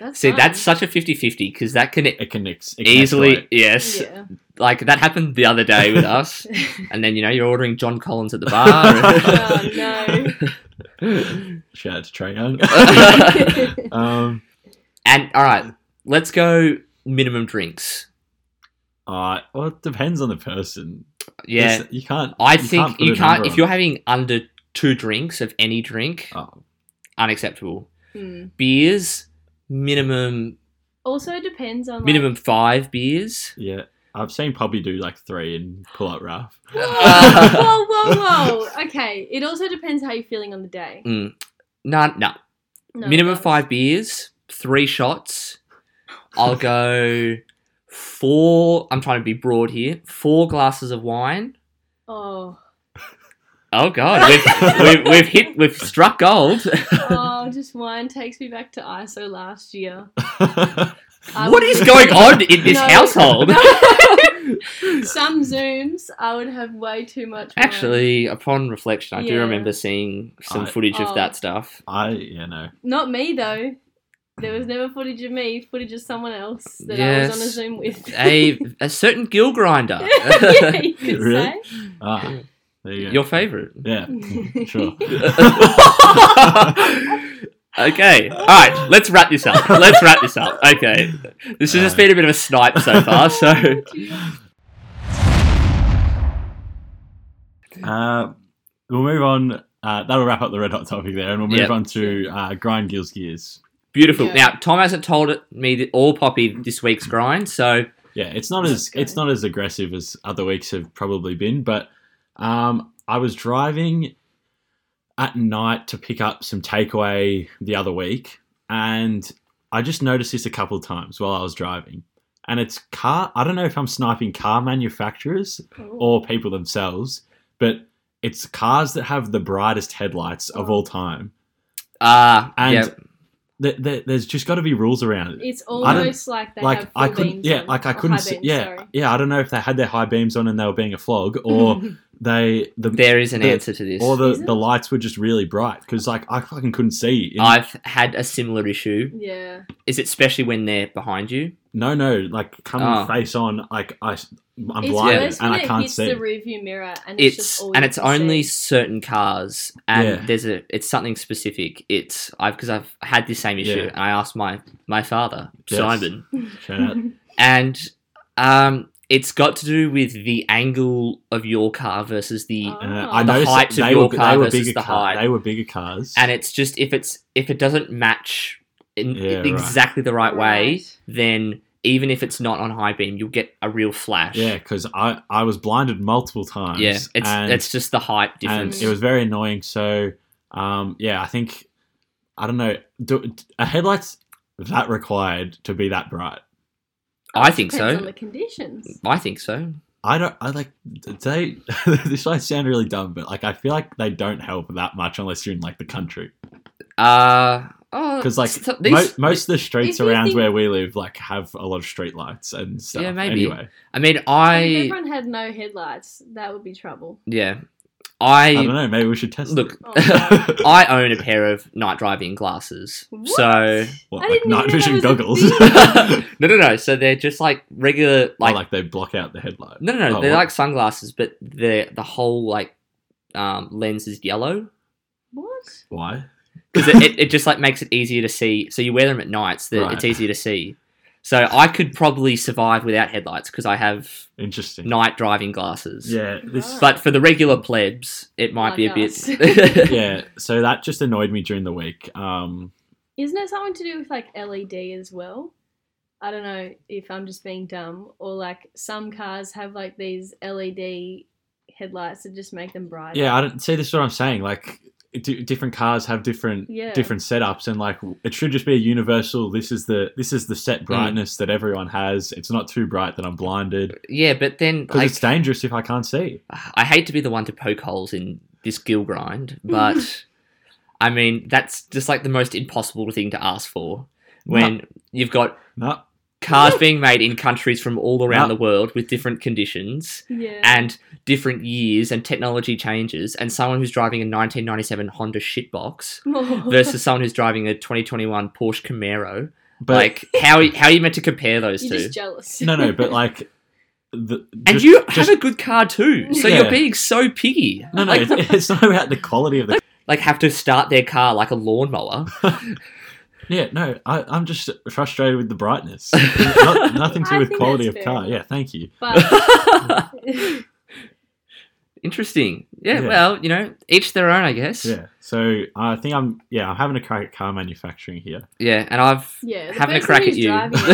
[SPEAKER 4] that's
[SPEAKER 2] see,
[SPEAKER 4] fine.
[SPEAKER 2] that's such a 50 50 because that can
[SPEAKER 3] It connects it connects
[SPEAKER 2] easily,
[SPEAKER 3] away.
[SPEAKER 2] yes.
[SPEAKER 4] Yeah.
[SPEAKER 2] Like that happened the other day with us. And then, you know, you're ordering John Collins at the bar.
[SPEAKER 4] oh
[SPEAKER 2] Ah.
[SPEAKER 4] no.
[SPEAKER 3] Shout out to Trey Young. um,
[SPEAKER 2] and, all right, let's go minimum drinks.
[SPEAKER 3] uh, well, it depends on the person.
[SPEAKER 2] Yeah.
[SPEAKER 3] It's- you can't.
[SPEAKER 2] I
[SPEAKER 3] you
[SPEAKER 2] think
[SPEAKER 3] put
[SPEAKER 2] you
[SPEAKER 3] a
[SPEAKER 2] can't,
[SPEAKER 3] number
[SPEAKER 2] if
[SPEAKER 3] on
[SPEAKER 2] you're having under two drinks of any drink,
[SPEAKER 3] it. Oh,
[SPEAKER 2] unacceptable.
[SPEAKER 4] Hmm.
[SPEAKER 2] Beers, minimum
[SPEAKER 4] Also depends on like,
[SPEAKER 2] minimum five beers.
[SPEAKER 3] yeah, I've seen Poppy do like three and pull out Ralph.
[SPEAKER 4] Whoa, whoa, whoa, whoa. Okay. It also depends how you're feeling on the day.
[SPEAKER 2] Mm. No, no.
[SPEAKER 4] No,
[SPEAKER 2] minimum
[SPEAKER 4] no.
[SPEAKER 2] five beers, three shots. I'll go four. I'm trying to be broad here. Four glasses of wine.
[SPEAKER 4] Oh,
[SPEAKER 2] Oh god, we've, we've, we've hit. We've struck gold.
[SPEAKER 4] oh, just wine takes me back to ISO last year. I
[SPEAKER 2] what
[SPEAKER 4] would-
[SPEAKER 2] is going on in this
[SPEAKER 4] No.
[SPEAKER 2] household?
[SPEAKER 4] Some zooms, I would have way too much. wine.
[SPEAKER 2] Actually, upon reflection, I do
[SPEAKER 4] Yeah.
[SPEAKER 2] remember seeing some
[SPEAKER 3] I-
[SPEAKER 2] footage
[SPEAKER 4] Oh.
[SPEAKER 2] of that stuff.
[SPEAKER 3] I yeah no.
[SPEAKER 4] Not me though. There was never footage of me, footage of someone else that I was on a
[SPEAKER 2] Yes.
[SPEAKER 4] Zoom with.
[SPEAKER 2] a a certain gill grinder.
[SPEAKER 4] yeah, you could
[SPEAKER 3] Really? Ah, there you go.
[SPEAKER 2] Your favorite.
[SPEAKER 3] yeah,
[SPEAKER 4] say.
[SPEAKER 3] sure.
[SPEAKER 2] okay. All right. Let's wrap this up. Let's wrap this up. Okay. This has just been a bit of a snipe so far. So
[SPEAKER 3] Uh, we'll move on. Uh, that'll wrap up the red hot topic there, and we'll move
[SPEAKER 2] Yep.
[SPEAKER 3] on to uh, grind Gill's gears.
[SPEAKER 2] beautiful.
[SPEAKER 4] Yeah.
[SPEAKER 2] Now Tom hasn't told it- me that all Poppy this week's grind. So
[SPEAKER 3] Yeah, it's not
[SPEAKER 4] That's
[SPEAKER 3] as
[SPEAKER 4] good.
[SPEAKER 3] it's not as aggressive as other weeks have probably been, but um, I was driving at night to pick up some takeaway the other week, and I just noticed this a couple of times while I was driving. And it's car. I don't know if I'm sniping car manufacturers or people themselves, but it's cars that have the brightest headlights of all time.
[SPEAKER 2] uh
[SPEAKER 3] And
[SPEAKER 2] yeah.
[SPEAKER 3] Th th there's just got to be rules around it.
[SPEAKER 4] It's almost like they
[SPEAKER 3] Like
[SPEAKER 4] have full
[SPEAKER 3] I couldn't,
[SPEAKER 4] beams
[SPEAKER 3] yeah,
[SPEAKER 4] on,
[SPEAKER 3] like I
[SPEAKER 4] or
[SPEAKER 3] couldn't,
[SPEAKER 4] high
[SPEAKER 3] see,
[SPEAKER 4] beams,
[SPEAKER 3] yeah,
[SPEAKER 4] sorry.
[SPEAKER 3] yeah. I don't know if they had their high beams on and they were being a flog, or they the
[SPEAKER 2] Mm-hmm. There is an
[SPEAKER 3] the-
[SPEAKER 2] answer to this.
[SPEAKER 3] or the
[SPEAKER 4] Is it?
[SPEAKER 3] the lights were just really bright because like I fucking couldn't see. In,
[SPEAKER 2] I've had a similar issue.
[SPEAKER 4] yeah.
[SPEAKER 2] Is it especially when they're behind you?
[SPEAKER 3] no, no, like coming
[SPEAKER 2] Oh.
[SPEAKER 3] face on, like I I'm
[SPEAKER 4] it's
[SPEAKER 3] blinded
[SPEAKER 4] worse when
[SPEAKER 3] and I
[SPEAKER 4] it
[SPEAKER 3] can't
[SPEAKER 4] hits
[SPEAKER 3] see.
[SPEAKER 4] the rearview mirror and
[SPEAKER 2] It's
[SPEAKER 4] it's, just all
[SPEAKER 2] and
[SPEAKER 4] you
[SPEAKER 2] it's
[SPEAKER 4] can
[SPEAKER 2] only
[SPEAKER 4] see.
[SPEAKER 2] certain cars, and
[SPEAKER 3] Yeah.
[SPEAKER 2] there's a it's something specific. It's I've because I've had this same issue,
[SPEAKER 3] Yeah.
[SPEAKER 2] and I asked my my father
[SPEAKER 3] Yes.
[SPEAKER 2] Simon,
[SPEAKER 3] Shout out.
[SPEAKER 2] and um, it's got to do with the angle of your car versus the,
[SPEAKER 4] Oh.
[SPEAKER 3] And, uh, I
[SPEAKER 4] The
[SPEAKER 3] noticed
[SPEAKER 2] heights of
[SPEAKER 3] they
[SPEAKER 2] your
[SPEAKER 3] were
[SPEAKER 2] car
[SPEAKER 3] they were
[SPEAKER 2] versus
[SPEAKER 3] bigger
[SPEAKER 2] the
[SPEAKER 3] car-
[SPEAKER 2] height.
[SPEAKER 3] They were bigger cars.
[SPEAKER 2] and it's just if it's if it doesn't match in
[SPEAKER 3] Yeah, right.
[SPEAKER 2] exactly the right, way,
[SPEAKER 4] Right.
[SPEAKER 2] then even if it's not on high beam, you'll get a real flash.
[SPEAKER 3] yeah, because I I was blinded multiple times.
[SPEAKER 2] yeah. It's
[SPEAKER 3] and-
[SPEAKER 2] it's just the height
[SPEAKER 3] and
[SPEAKER 2] difference.
[SPEAKER 3] it was very annoying. So, um, yeah, I think I don't know. Do, are headlights that required to be that bright?
[SPEAKER 2] I think
[SPEAKER 4] Depends
[SPEAKER 2] so.
[SPEAKER 4] on the conditions.
[SPEAKER 2] I think so.
[SPEAKER 3] I don't. I like do they. this might sound really dumb, but like I feel like they don't help that much unless you're in like the country,
[SPEAKER 2] Uh, oh,
[SPEAKER 3] because like
[SPEAKER 2] so-
[SPEAKER 3] mo- most of the streets
[SPEAKER 4] if you
[SPEAKER 3] around
[SPEAKER 4] think-
[SPEAKER 3] where we live like have a lot of street lights and stuff.
[SPEAKER 2] Yeah, maybe.
[SPEAKER 3] Anyway,
[SPEAKER 2] I mean,
[SPEAKER 4] if
[SPEAKER 2] I
[SPEAKER 4] everyone had no headlights, that would be trouble.
[SPEAKER 2] yeah,
[SPEAKER 3] I don't
[SPEAKER 2] I
[SPEAKER 3] know. Maybe we should test.
[SPEAKER 2] look.
[SPEAKER 4] Oh, wow.
[SPEAKER 2] I own a pair of night driving glasses,
[SPEAKER 4] What?
[SPEAKER 2] so
[SPEAKER 3] what,
[SPEAKER 4] I
[SPEAKER 3] like
[SPEAKER 4] didn't even
[SPEAKER 3] night
[SPEAKER 4] know
[SPEAKER 3] vision
[SPEAKER 4] that
[SPEAKER 3] goggles.
[SPEAKER 4] was a thing.
[SPEAKER 2] no, no, no. So they're just like regular,
[SPEAKER 3] like,
[SPEAKER 2] like,
[SPEAKER 3] Oh, like they block out the headlight.
[SPEAKER 2] no, no, no.
[SPEAKER 3] Oh,
[SPEAKER 2] they're
[SPEAKER 3] what?
[SPEAKER 2] like sunglasses, but the the whole like um, lens is yellow
[SPEAKER 4] What?
[SPEAKER 3] Why?
[SPEAKER 2] because it, it, it just like makes it easier to see. So you wear them at night, so that
[SPEAKER 3] Right.
[SPEAKER 2] it's easier to see. So I could probably survive without headlights because I have
[SPEAKER 3] Interesting.
[SPEAKER 2] night driving glasses.
[SPEAKER 3] Yeah, this
[SPEAKER 4] Right.
[SPEAKER 2] But for the regular plebs, it might be a
[SPEAKER 4] Like
[SPEAKER 2] bit.
[SPEAKER 4] us.
[SPEAKER 3] yeah, so that just annoyed me during the week. Um,
[SPEAKER 4] Isn't it something to do with like LED as well? I don't know if I'm just being dumb or like some cars have like these LED headlights that just make them brighter.
[SPEAKER 3] yeah, I don't see. This is what I'm saying. Like, d- different cars have different
[SPEAKER 4] Yeah.
[SPEAKER 3] different setups, and like it should just be a universal. This is the this is the
[SPEAKER 2] Mm.
[SPEAKER 3] set brightness that everyone has. It's not too bright that I'm blinded
[SPEAKER 2] Yeah, but then
[SPEAKER 3] because
[SPEAKER 2] like,
[SPEAKER 3] it's dangerous if I can't see.
[SPEAKER 2] I hate to be the one to poke holes in this gill grind, but I mean that's just like the most impossible thing to ask for when you've got
[SPEAKER 3] No,
[SPEAKER 2] cars being made in countries from all around
[SPEAKER 3] No.
[SPEAKER 2] the world with different conditions
[SPEAKER 4] Yeah.
[SPEAKER 2] and different years and technology changes, and someone who's driving a 1997 Honda shitbox versus someone who's driving a 2021 Porsche Camaro.
[SPEAKER 3] but
[SPEAKER 2] like how how are you meant to compare those
[SPEAKER 4] You're
[SPEAKER 2] two?
[SPEAKER 4] just jealous.
[SPEAKER 3] no, no, but like the
[SPEAKER 2] and
[SPEAKER 3] just-
[SPEAKER 2] you
[SPEAKER 3] just-
[SPEAKER 2] have a good car too, so
[SPEAKER 3] Yeah.
[SPEAKER 2] you're being so picky.
[SPEAKER 3] no, no,
[SPEAKER 2] like,
[SPEAKER 3] it's, it's not about the quality of the
[SPEAKER 2] like have to start their car like a lawnmower.
[SPEAKER 3] Yeah, no, I, I'm just frustrated with the brightness. Not, nothing to
[SPEAKER 4] I
[SPEAKER 3] do with
[SPEAKER 4] think
[SPEAKER 3] quality of
[SPEAKER 4] that's fair.
[SPEAKER 3] car. Yeah, thank you.
[SPEAKER 4] But
[SPEAKER 3] Oh.
[SPEAKER 2] Interesting. Yeah,
[SPEAKER 3] Yeah.
[SPEAKER 2] Well, you know, each their own, I guess.
[SPEAKER 3] Yeah, so I think I'm. Yeah, I'm having a crack at car manufacturing here.
[SPEAKER 2] Yeah, and I've
[SPEAKER 4] yeah, the
[SPEAKER 2] having a
[SPEAKER 4] person
[SPEAKER 2] crack at
[SPEAKER 4] who's
[SPEAKER 2] you.
[SPEAKER 4] driving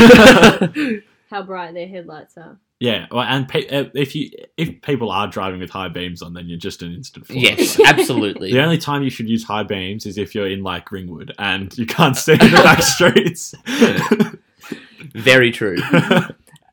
[SPEAKER 4] it, how bright their headlights are.
[SPEAKER 3] Yeah, well, and pe- uh, if you if people are driving with high beams on, then you're just an instant. flop.
[SPEAKER 2] yes,
[SPEAKER 3] Like,
[SPEAKER 2] absolutely.
[SPEAKER 3] the only time you should use high beams is if you're in like Ringwood and you can't see the back streets.
[SPEAKER 2] Very true.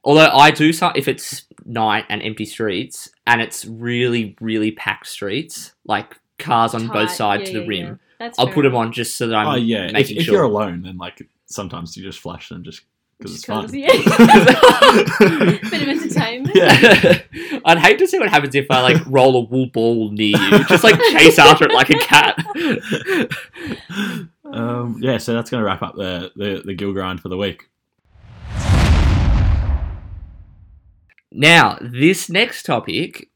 [SPEAKER 2] Although I do some if it's night and empty streets and it's really really packed streets, like cars on both
[SPEAKER 4] Tight.
[SPEAKER 2] sides
[SPEAKER 4] Yeah,
[SPEAKER 2] to the
[SPEAKER 4] yeah,
[SPEAKER 2] rim.
[SPEAKER 4] yeah. That's
[SPEAKER 2] I'll
[SPEAKER 4] fair
[SPEAKER 2] put them
[SPEAKER 4] enough.
[SPEAKER 2] on just so that I'm
[SPEAKER 3] oh yeah, if,
[SPEAKER 2] making
[SPEAKER 3] if
[SPEAKER 2] sure.
[SPEAKER 3] you're alone, then like sometimes you just flash them just because it's
[SPEAKER 4] Just
[SPEAKER 3] fun.
[SPEAKER 4] 'cause- yeah. Bit of entertainment.
[SPEAKER 3] Yeah.
[SPEAKER 2] I'd hate to see what happens if I like roll a wool ball near you, just like chase after it like a cat.
[SPEAKER 4] Oh.
[SPEAKER 3] Um, yeah, so that's going to wrap up the, the, the Gill Grind for the week.
[SPEAKER 2] Now, this next topic.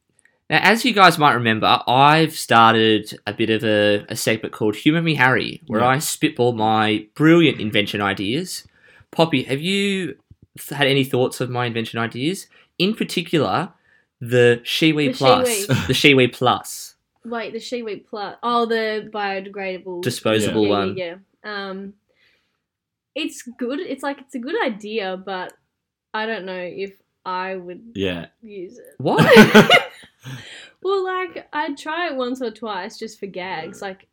[SPEAKER 2] Now, as you guys might remember, I've started a bit of a, a segment called Humor Me Harry, where
[SPEAKER 3] Yeah.
[SPEAKER 2] I spitball my brilliant invention ideas. Poppy, have you th- had any thoughts of my invention ideas? In particular, the Shiwi
[SPEAKER 4] The
[SPEAKER 2] Plus.
[SPEAKER 4] Shiwi.
[SPEAKER 2] The Shiwi Plus
[SPEAKER 4] Wait, the seaweed plant. Oh, the biodegradable.
[SPEAKER 2] disposable
[SPEAKER 4] yeah,
[SPEAKER 2] one.
[SPEAKER 4] Yeah, yeah. Um, it's good. It's like it's a good idea, but I don't know if I would
[SPEAKER 3] Yeah.
[SPEAKER 4] use it.
[SPEAKER 2] What?
[SPEAKER 4] Well, like I'd try it once or twice just for gags, like,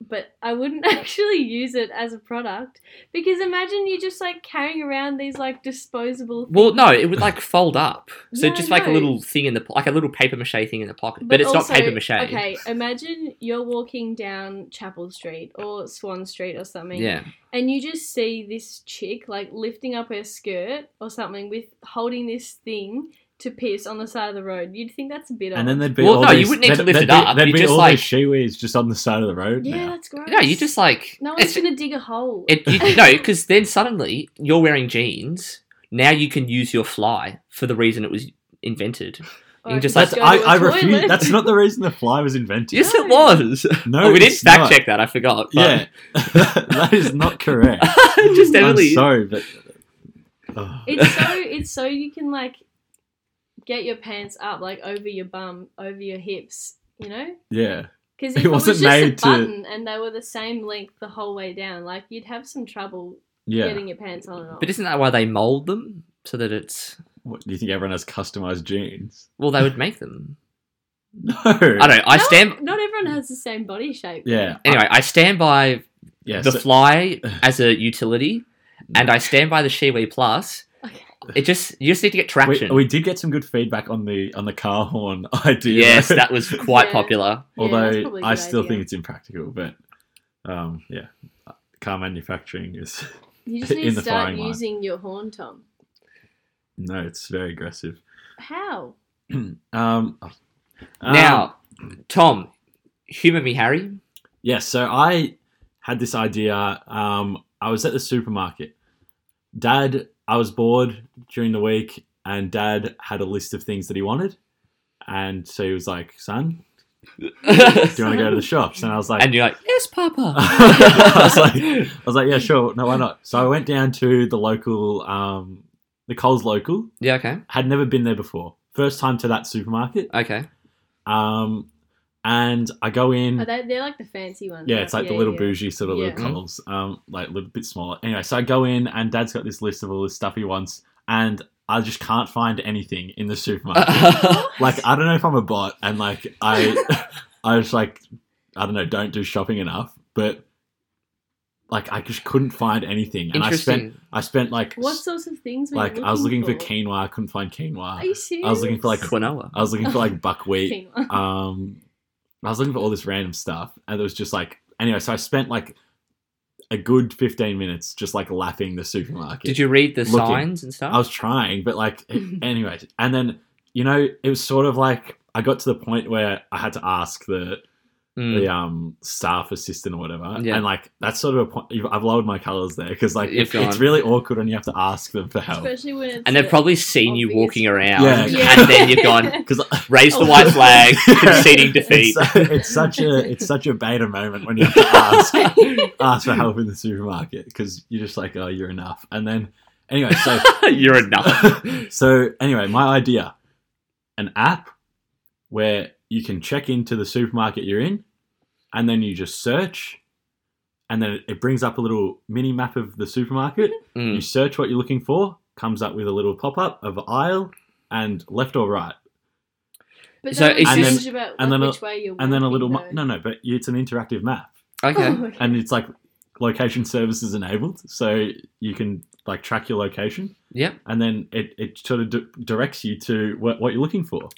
[SPEAKER 4] but I wouldn't actually use it as a product because imagine you're just like carrying around these like disposable.
[SPEAKER 2] Well, no, it would like fold up. So
[SPEAKER 4] Yeah, I
[SPEAKER 2] just like a
[SPEAKER 4] know.
[SPEAKER 2] little thing in the po- like a little paper mache thing in the pocket, but, it's
[SPEAKER 4] also-
[SPEAKER 2] not paper mache.
[SPEAKER 4] Okay, imagine you're walking down Chapel Street or Swan Street or something,
[SPEAKER 2] Yeah.
[SPEAKER 4] and you just see this chick like lifting up her skirt or something with holding this thing to piss on the side of the road. You'd think that's a bit
[SPEAKER 3] And then
[SPEAKER 4] odd.
[SPEAKER 3] there'd be
[SPEAKER 2] Well,
[SPEAKER 3] all
[SPEAKER 2] no, you
[SPEAKER 3] these-
[SPEAKER 2] wouldn't need to
[SPEAKER 3] there'd-
[SPEAKER 2] lift
[SPEAKER 3] there'd
[SPEAKER 2] it up.
[SPEAKER 3] Be, there'd
[SPEAKER 2] You
[SPEAKER 3] be
[SPEAKER 2] just,
[SPEAKER 3] all
[SPEAKER 2] like-
[SPEAKER 3] these shiwis just on the side of the road
[SPEAKER 4] yeah,
[SPEAKER 3] now.
[SPEAKER 4] that's gross.
[SPEAKER 2] No, you just like
[SPEAKER 4] no one's
[SPEAKER 2] it's,
[SPEAKER 4] gonna dig a hole.
[SPEAKER 2] it, you, no, because then suddenly you're wearing jeans. Now you can use your fly for the reason it was invented.
[SPEAKER 4] Or
[SPEAKER 2] you
[SPEAKER 4] I
[SPEAKER 2] just
[SPEAKER 4] could
[SPEAKER 2] like-
[SPEAKER 3] That's,
[SPEAKER 4] just go
[SPEAKER 3] I,
[SPEAKER 4] to a
[SPEAKER 3] I refuse.
[SPEAKER 4] toilet.
[SPEAKER 3] That's not the reason the fly was invented.
[SPEAKER 2] Yes, it
[SPEAKER 4] No.
[SPEAKER 2] was.
[SPEAKER 3] No,
[SPEAKER 2] Oh, we didn't
[SPEAKER 3] it's
[SPEAKER 2] fact
[SPEAKER 3] not.
[SPEAKER 2] check that. I forgot.
[SPEAKER 3] Yeah,
[SPEAKER 2] But
[SPEAKER 3] that is not correct.
[SPEAKER 2] just
[SPEAKER 3] I'm
[SPEAKER 2] definitely.
[SPEAKER 3] sorry, but oh,
[SPEAKER 4] It's so it's so you can like get your pants up like over your bum, over your hips, you know?
[SPEAKER 3] yeah,
[SPEAKER 4] Because
[SPEAKER 3] It
[SPEAKER 4] if it was
[SPEAKER 3] wasn't
[SPEAKER 4] just
[SPEAKER 3] made
[SPEAKER 4] a
[SPEAKER 3] to-
[SPEAKER 4] button and they were the same length the whole way down, like you'd have some trouble
[SPEAKER 3] yeah.
[SPEAKER 4] getting your pants on and off.
[SPEAKER 2] But isn't that why they mold them so that it's
[SPEAKER 3] What, do you think everyone has customized jeans?
[SPEAKER 2] well? They would make them.
[SPEAKER 3] No,
[SPEAKER 2] I don't. know. I
[SPEAKER 4] No,
[SPEAKER 2] stand.
[SPEAKER 4] Not everyone has the same body shape.
[SPEAKER 3] Yeah, uh,
[SPEAKER 2] Anyway, I stand by
[SPEAKER 3] yeah.
[SPEAKER 2] the
[SPEAKER 3] so-
[SPEAKER 2] fly as a utility, and I stand by the Shiwi Plus.
[SPEAKER 4] Okay.
[SPEAKER 2] It just you just need to get
[SPEAKER 3] we,
[SPEAKER 2] traction.
[SPEAKER 3] we did get some good feedback on the on the car horn idea.
[SPEAKER 2] yes,
[SPEAKER 3] though.
[SPEAKER 2] that was quite
[SPEAKER 4] Yeah.
[SPEAKER 2] popular.
[SPEAKER 4] Yeah,
[SPEAKER 3] Although
[SPEAKER 4] that's probably a
[SPEAKER 3] I
[SPEAKER 4] good
[SPEAKER 3] still
[SPEAKER 4] idea.
[SPEAKER 3] think it's impractical, but um, yeah, car manufacturing is
[SPEAKER 4] you just need
[SPEAKER 3] in
[SPEAKER 4] to
[SPEAKER 3] the
[SPEAKER 4] start
[SPEAKER 3] firing line.
[SPEAKER 4] using your horn, Tom.
[SPEAKER 3] no, it's very aggressive.
[SPEAKER 4] How?
[SPEAKER 3] um, um,
[SPEAKER 2] now, Tom, humour me, Harry.
[SPEAKER 3] yes, so I had this idea. Um, I was at the supermarket. Dad, I was bored during the week, and Dad had a list of things that he wanted, and so he was like, "Son, do you want to go to the shops?" And I was like,
[SPEAKER 2] and you're like, yes, Papa.
[SPEAKER 3] I was like, I was like, yeah, sure, no, why not? So I went down to the local, um, the Coles local.
[SPEAKER 2] yeah, okay,
[SPEAKER 3] Had never been there before. First time to that supermarket.
[SPEAKER 2] okay.
[SPEAKER 3] Um, and I go in.
[SPEAKER 4] Are they, they're like the fancy ones.
[SPEAKER 3] Hmm. yeah,
[SPEAKER 4] right?
[SPEAKER 3] it's like the little
[SPEAKER 4] yeah. Mm-hmm.
[SPEAKER 3] bougie sort of little
[SPEAKER 2] Yeah.
[SPEAKER 3] Coles, um, like a little bit smaller. Anyway, so I go in, and Dad's got this list of all this stuff he wants, and I just can't find anything in the supermarket. like I don't know if I'm a bot, and like I, I was like, I don't know, don't do shopping enough, but like I just couldn't find anything, and I spent
[SPEAKER 2] Interesting.
[SPEAKER 3] I spent like
[SPEAKER 4] What
[SPEAKER 3] s-
[SPEAKER 4] sorts of things were you
[SPEAKER 3] like I was looking for
[SPEAKER 4] for
[SPEAKER 3] quinoa, I couldn't find
[SPEAKER 4] Are
[SPEAKER 3] quinoa.
[SPEAKER 4] you serious?
[SPEAKER 3] I was looking for, like,
[SPEAKER 2] Quinoa.
[SPEAKER 3] I was looking for like buckwheat,
[SPEAKER 4] quinoa.
[SPEAKER 3] um i was looking for all this random stuff and it was just like anyway so i spent like a good 15 minutes just like lapping the supermarket
[SPEAKER 2] Did you read the
[SPEAKER 3] Looking.
[SPEAKER 2] signs and stuff?
[SPEAKER 3] i was trying but like anyway and then you know it was sort of like i got to the point where i had to ask the
[SPEAKER 2] Mm.
[SPEAKER 3] the um staff assistant or whatever
[SPEAKER 2] Yeah.
[SPEAKER 3] and like that's sort of a point i've lowered my colors there because like
[SPEAKER 2] You've
[SPEAKER 3] it's, it's
[SPEAKER 2] gone.
[SPEAKER 3] really awkward when you have to ask them for help
[SPEAKER 4] Especially when it's
[SPEAKER 2] And they've
[SPEAKER 4] a-
[SPEAKER 2] probably seen you
[SPEAKER 4] Obvious.
[SPEAKER 2] walking around,
[SPEAKER 3] Yeah.
[SPEAKER 4] Yeah.
[SPEAKER 2] and then you've gone
[SPEAKER 3] because
[SPEAKER 2] raise the white flag, conceding defeat.
[SPEAKER 3] it's, it's such a it's such a beta moment when you have to ask ask for help in the supermarket because you're just like, oh, you're enough. And then, anyway, so
[SPEAKER 2] You're enough.
[SPEAKER 3] so anyway, my idea: an app where you can check into the supermarket you're in, and then you just search, and then it brings up a little mini map of the supermarket. You
[SPEAKER 2] Mm.
[SPEAKER 3] search what you're looking for, comes up with a little pop up of aisle and left or right.
[SPEAKER 4] But
[SPEAKER 2] So
[SPEAKER 4] so
[SPEAKER 2] is
[SPEAKER 4] it's
[SPEAKER 3] this-
[SPEAKER 4] just about
[SPEAKER 3] and then a-
[SPEAKER 4] which way you're
[SPEAKER 3] and then a little mu-
[SPEAKER 4] walking,
[SPEAKER 3] no no but it's an interactive map
[SPEAKER 4] though.
[SPEAKER 2] Okay.
[SPEAKER 4] Oh, okay.
[SPEAKER 3] and it's like location services enabled so you can like track your location
[SPEAKER 2] Yep.
[SPEAKER 3] and then it, it sort of d- directs you to what, what you're looking for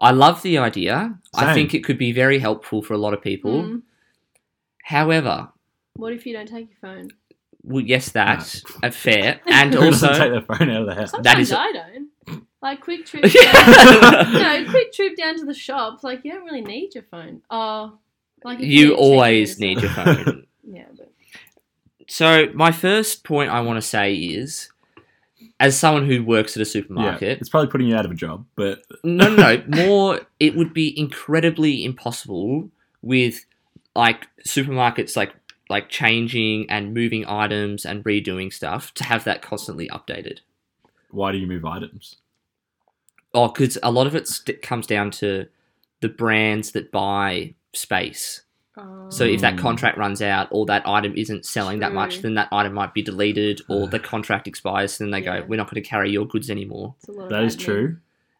[SPEAKER 2] I love the idea. I
[SPEAKER 3] Same.
[SPEAKER 2] think it could be very helpful for a lot of people.
[SPEAKER 4] Mm.
[SPEAKER 2] However,
[SPEAKER 4] What if you don't take your phone?
[SPEAKER 2] well, yes, that's uh, fair, and
[SPEAKER 3] Who doesn't take
[SPEAKER 2] also
[SPEAKER 3] their phone out of the house
[SPEAKER 4] Sometimes
[SPEAKER 2] That is-
[SPEAKER 4] I don't. Like quick trip.
[SPEAKER 2] Yeah.
[SPEAKER 4] no, quick trip down to the shops. Like you don't really need your phone. Oh, like if
[SPEAKER 2] you
[SPEAKER 4] you're
[SPEAKER 2] always
[SPEAKER 4] checking
[SPEAKER 2] need
[SPEAKER 4] yourself.
[SPEAKER 2] your phone.
[SPEAKER 4] Yeah, but
[SPEAKER 2] So my first point I want to say is, as someone who works at a
[SPEAKER 3] yeah,
[SPEAKER 2] supermarket,
[SPEAKER 3] it's probably putting you out of a job but
[SPEAKER 2] no, no, no, more. It would be incredibly impossible with like supermarkets like like changing and moving items and redoing stuff to have that constantly updated.
[SPEAKER 3] why do you move items
[SPEAKER 2] Oh, because a lot of it st- comes down to the brands that buy space.
[SPEAKER 4] oh.
[SPEAKER 2] So if that
[SPEAKER 3] Mm.
[SPEAKER 2] contract runs out or that item isn't selling that much,
[SPEAKER 4] True.
[SPEAKER 2] then that item might be deleted or the contract expires. Then they
[SPEAKER 4] Yeah.
[SPEAKER 2] go, "We're not going to carry your goods anymore."
[SPEAKER 4] it's a lot of
[SPEAKER 3] that is
[SPEAKER 4] admin.
[SPEAKER 3] true